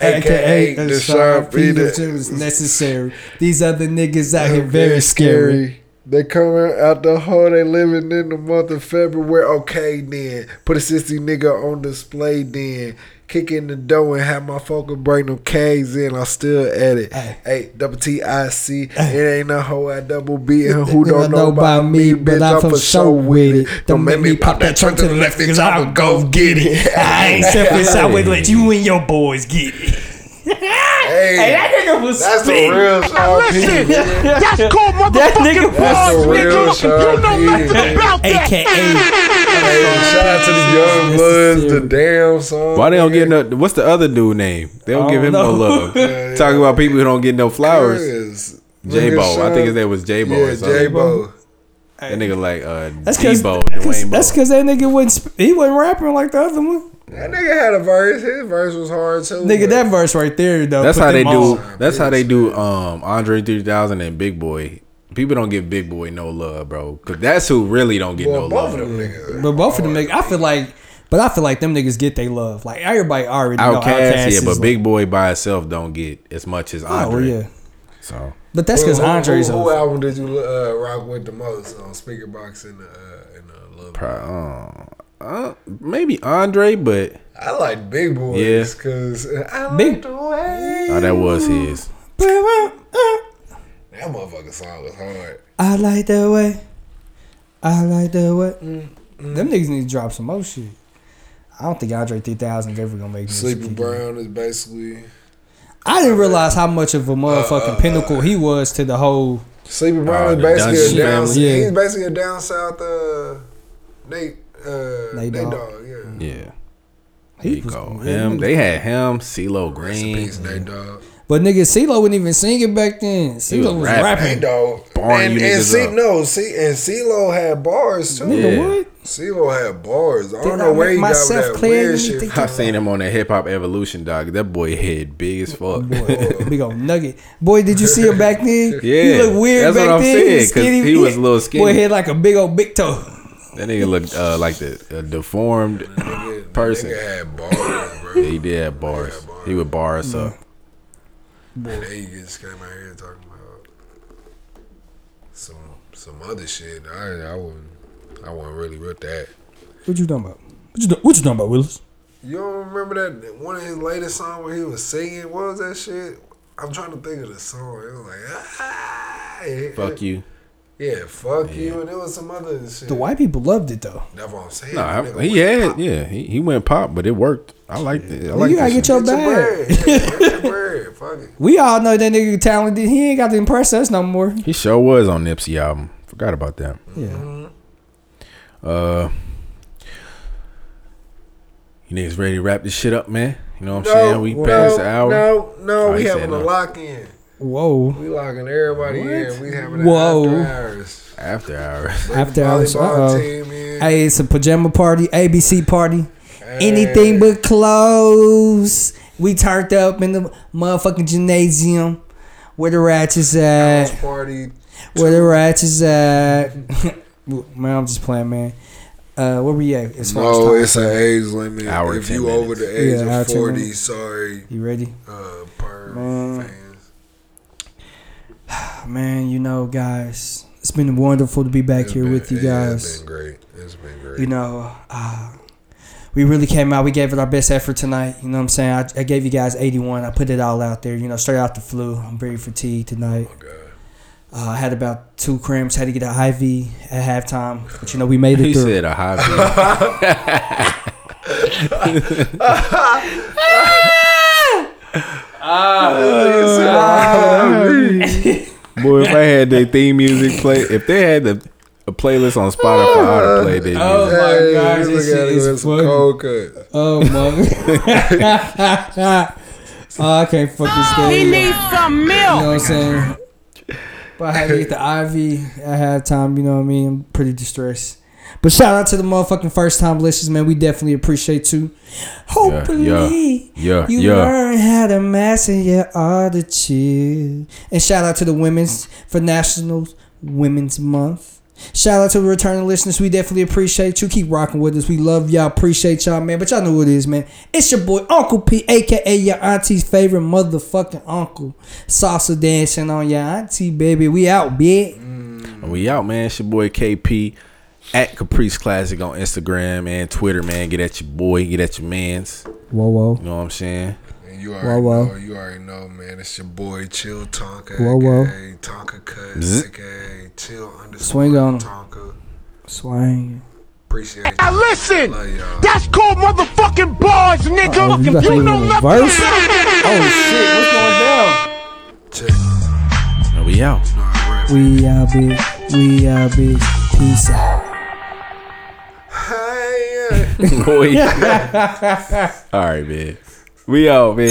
S9: AKA the Sean P that-
S3: is necessary. These other niggas out here very scary.
S9: They coming out the hole. They living in the month of February. Okay, then put a sixty nigga on display. Then kick in the door and have my fucker bring them K's in. I'm still at it.
S3: Ay.
S9: Hey, double T I C. It ain't no hoe at double B. And
S3: Who
S9: who don't know about me,
S3: but
S9: bitch?
S3: I'm
S9: I'm
S3: for sure with it. Don't make me pop that trunk to the left, cause I'll go get it. I ain't selfish. I would let you and your boys get it. Hey,
S9: Hey,
S3: that nigga was
S9: that's the
S3: spitting.
S9: real Sean P.
S3: That's cool, motherfucker. That nigga
S9: That's
S3: was
S9: the real Sean P.
S3: AKA
S9: Hey, shout out to the Young Bloods, the damn song.
S1: Why they don't get no? What's the other dude name? They don't give him no
S3: know.
S1: love. Talking about people who don't get no flowers.
S9: Chris.
S1: J
S9: Nigga,
S1: Bo, I
S9: Sean-
S1: think his name was J Bo.
S9: Yeah,
S1: or
S9: J
S1: something.
S9: Bo.
S1: That nigga like uh,
S3: That's
S1: D
S3: cause,
S1: Bo,
S3: cause-
S1: Dwayne Bo.
S3: that's cause that nigga wasn't sp- he wasn't rapping like the other one.
S9: That nigga had a verse. His verse was hard too.
S3: Nigga,
S9: but-
S3: that verse right there though.
S1: That's
S3: put
S1: how they
S3: them
S1: do.
S3: on.
S1: That's how they do. Um, Andre 3000 and Big Boy. People don't give Big Boy no love, bro. Cause that's who really don't get
S9: Well,
S1: no
S9: both of
S1: love.
S9: them niggas.
S3: But both of them niggas, I feel like, but I feel like them niggas get they love. Like everybody already know
S1: Outcast,
S3: Outkast
S1: yeah,
S3: is
S1: but
S3: like-
S1: Big Boy by itself don't get as much as
S3: Oh
S1: Andre.
S3: yeah,
S1: So
S3: but that's because
S9: Who- who-
S3: Andre's.
S9: Who,
S3: a-
S9: who album did you uh, rock with the most on Speaker Box and the uh, and the Lil
S1: pro- uh, uh, maybe Andre, but
S9: I like Big Boys
S1: Yeah.
S9: because I like
S3: Big-
S9: the way
S1: oh, that was his.
S9: that motherfucking song was hard.
S3: I like that way. I like that way.
S9: Mm-hmm.
S3: Them niggas need to drop some more shit. I don't think Andre 3000 is ever gonna make music.
S9: Sleepy
S3: again.
S9: Brown is basically
S3: I didn't realize how much of a motherfucking
S1: Uh,
S3: pinnacle he was to the whole.
S9: Sleepy
S1: Oh,
S9: Brown
S1: the
S9: is basically
S1: Dungeon
S9: a down.
S3: family. Yeah.
S9: He's basically a down south. Uh, Nate. Uh,
S3: Nate
S9: Nate,
S3: Dogg.
S9: Dog. Yeah.
S1: Yeah.
S3: He
S1: He
S3: was-
S1: go
S3: yeah,
S1: him.
S3: nigga.
S1: They had him, CeeLo
S9: Rest in
S1: Green.
S9: peace, Nate Dog.
S3: But nigga, CeeLo wouldn't even sing it back then. CeeLo was
S1: rapping.
S3: rapping.
S9: Nate Dog.
S1: Barring
S9: and
S1: you niggas
S9: and C,
S1: up.
S9: no, C and CeeLo had bars too.
S1: Yeah.
S3: What?
S9: CeeLo had bars. I
S3: Did
S9: don't
S3: I
S9: know where
S3: make
S9: he got with
S3: myself
S9: that
S3: clear?
S9: weird
S3: Let me
S9: shit.
S3: think
S1: I
S9: from.
S1: seen him on the Hip Hop Evolution, dog. That boy head big as fuck.
S3: Oh, Boy, big old nugget. Boy, did you see him back then?
S1: Yeah,
S3: he looked weird
S1: that's
S3: back
S1: what I'm
S3: then.
S1: saying,
S3: was
S1: 'cause he was a little skinny.
S3: Boy, he had like a big old big toe.
S1: That nigga looked uh, like the a deformed person.
S9: Nigga had bars, bro.
S1: Yeah, he did have bars. He would bar us up.
S9: And then you just came out here talking about some some other shit. I I wouldn't I wouldn't really with that.
S3: What you talking about? What you, do- what you talking about, Willis?
S9: You don't remember that one of his latest song where he was singing? What was that shit? I'm trying to think of the song. It was like ah, it-
S1: Fuck you.
S9: Yeah, fuck you, and it was some other shit.
S3: The white people loved it though.
S9: That's what I'm saying.
S1: No,
S9: Nigga,
S1: I,
S9: what
S1: he
S9: the
S1: had
S9: fuck?
S1: yeah. He, he went pop, but it worked. I liked it. I like
S3: you gotta get your
S9: Get your
S3: bag.
S9: bread. Yeah, get your bread. Fuck it.
S3: We all know that nigga talented. He ain't got to impress us no more.
S1: He sure was on Nipsey album. Forgot about that.
S3: Yeah.
S1: Uh, you niggas ready to wrap this shit up, man? You know what I'm saying? We
S9: no,
S1: passed the hour.
S9: No, no,
S1: Oh,
S9: we
S1: he said
S9: having
S1: no.
S9: a lock in.
S3: Whoa.
S9: We locking everybody in. We having an
S3: Whoa.
S9: after hours.
S1: After hours.
S3: After hours.
S9: Volleyball
S3: Uh oh.
S9: team in.
S3: Hey, it's a pajama party, ABC party. Anything but clothes. We turned up in the motherfucking gymnasium. Where the ratchets at?
S9: House party.
S3: Where the ratchets at? man, I'm just playing, man. Uh, where we at? As far as
S9: No,
S3: time?
S9: it's an age limit.
S1: Hour,
S9: if
S1: 10
S9: you over the
S3: minutes.
S9: age
S3: Yeah, hour,
S9: of
S3: 10
S9: forty,
S3: minutes.
S9: sorry,
S3: you ready?
S9: uh, per
S3: Man.
S9: fans.
S3: Man, you know, guys, it's been wonderful to be back
S9: It's
S3: here
S9: been-
S3: with you
S9: it- It's
S3: guys.
S9: been great. It's been great.
S3: You know, uh, we really came out. We gave it our best effort tonight. You know what I'm saying? I, I gave you guys 81. I put it all out there, you know, straight out the flu. I'm very fatigued tonight.
S9: Oh, God.
S3: Uh, I had about two cramps. Had to get an IV at halftime. But, you know, we made it
S1: He
S3: through.
S1: said a high beat. Boy, if I had their theme music play, if they had the, a playlist on Spotify, I'd have played their music.
S3: Oh my
S9: Hey,
S3: God,
S9: you
S3: this
S9: look at
S3: shit
S9: it
S3: is
S9: with some
S3: funny.
S9: cold cuts.
S3: Oh, mother. oh, I can't fucking stand He needs some milk. You know what I'm saying? But I had to get the IV at halftime. You know what I mean? I'm pretty distressed. But shout out to the motherfucking first time listeners, man. We definitely appreciate you. Hopefully,
S1: Yeah,
S3: you
S1: yeah.
S3: learn how to master your art to chill. And shout out to the women's for National Women's Month. Shout out to the returning listeners. We definitely appreciate you. Keep rocking with us. We love y'all. Appreciate y'all, man. But y'all know who it is, man. It's your boy Uncle P, aka your auntie's favorite motherfucking uncle. Salsa dancing on your auntie, baby. We out, bitch.
S1: And we out, man. It's your boy KP at Caprice Classic on Instagram and Twitter, man. Get at your boy, get at your man's.
S3: Whoa, whoa,
S1: You know what I'm saying?
S9: And you already
S3: Whoa, whoa.
S9: know, you already know, man. It's your boy Chill Tonka,
S3: Whoa,
S9: whoa,
S3: whoa.
S9: aka Tonka Cut,
S1: Zzz.
S9: aka Chill underscore
S3: Swing on 'em.
S9: Tonka.
S3: swang.
S9: Appreciate it. Now listen, Love y'all.
S2: That's called motherfucking bars, nigga.
S3: Oh, you got that
S2: you know
S3: in
S2: nothing.
S3: reverse? Oh shit, what's going down?
S9: Check.
S1: And we out.
S3: We are big. We are big. Peace out.
S9: Hey, yeah.
S1: Boy. All right, man. We out, man.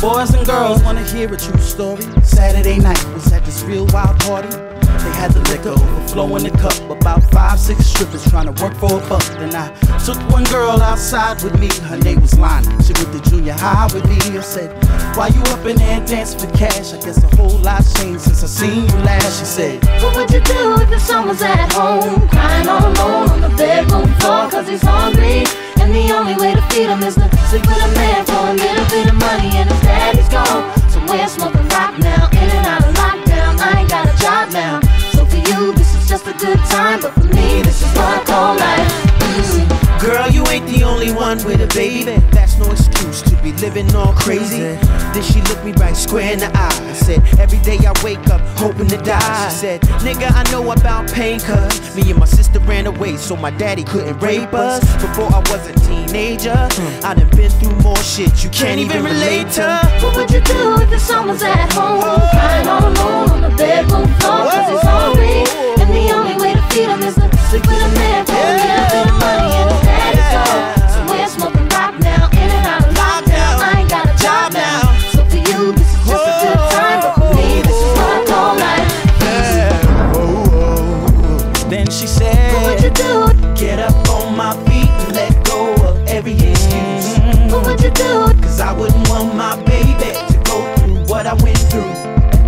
S11: Boys and girls wanna hear a true story. Saturday night was at this real wild party. They had the liquor overflowing the cup. About five, six strippers trying to work for a buck. Then I took one girl outside with me. Her name was Lonnie. She went to junior high with me. I said, Why you up in there dancing for cash? I guess a whole lot's changed since I seen you last. She said,
S4: What would you do if your son was at home? Crying all alone on the bedroom floor cause he's hungry. And the only way to feed him is to sleep with a man for a little bit of money and his daddy's gone. Somewhere smoking rock now, in and out of lockdown. I ain't got a job now. So for you, this is just a good time, but for me, this is what I call life. Mm.
S11: Girl, you ain't the only one with a baby. That's no excuse to be living all crazy. Then she looked me right square in the eye and said, Every day I wake up hoping to die. She said, Nigga, I know about pain, cuz me and my sister ran away so my daddy couldn't rape us. Before I was a teenager, I done been through more shit you can't even relate to.
S4: What would you do if your son was at home? Crying all alone on the bedroom floor cause he's hungry. And the only way to feed him is to sleep with a man for a little bit of money and his daddy's gone. Somewhere smoking rock now, in and out of lockdown. I ain't got a job now. So for you, this is just a good time, but for me, this is what I call life.
S11: Then she said,
S4: What would you do?
S11: Get up on my feet and let go of every excuse.
S4: What would you do?
S11: Cause I wouldn't want my baby to go through what I went through.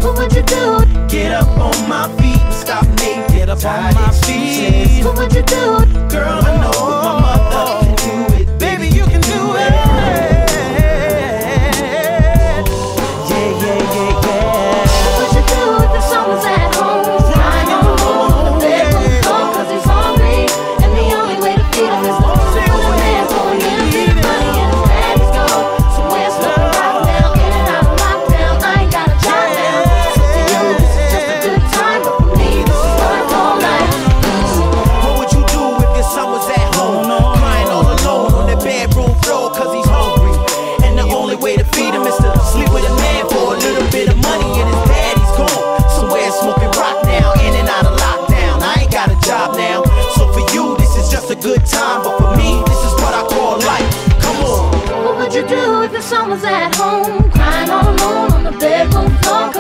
S4: What would you do?
S11: Get up on my feet and stop making Get up on my feet.
S4: What would you do?
S11: Girl, I know my mother can do it. Baby, you can do it.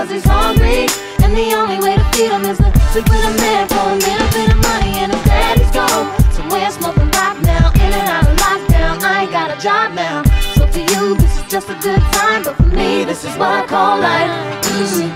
S11: And the only way to feed him is to sleep with a man for a little bit of money and I'm glad he's gone. Somewhere smoking rock now, in and out of lockdown. I ain't got a job now. So for you, this is just a good time, but for me, this is what I call life. Mm.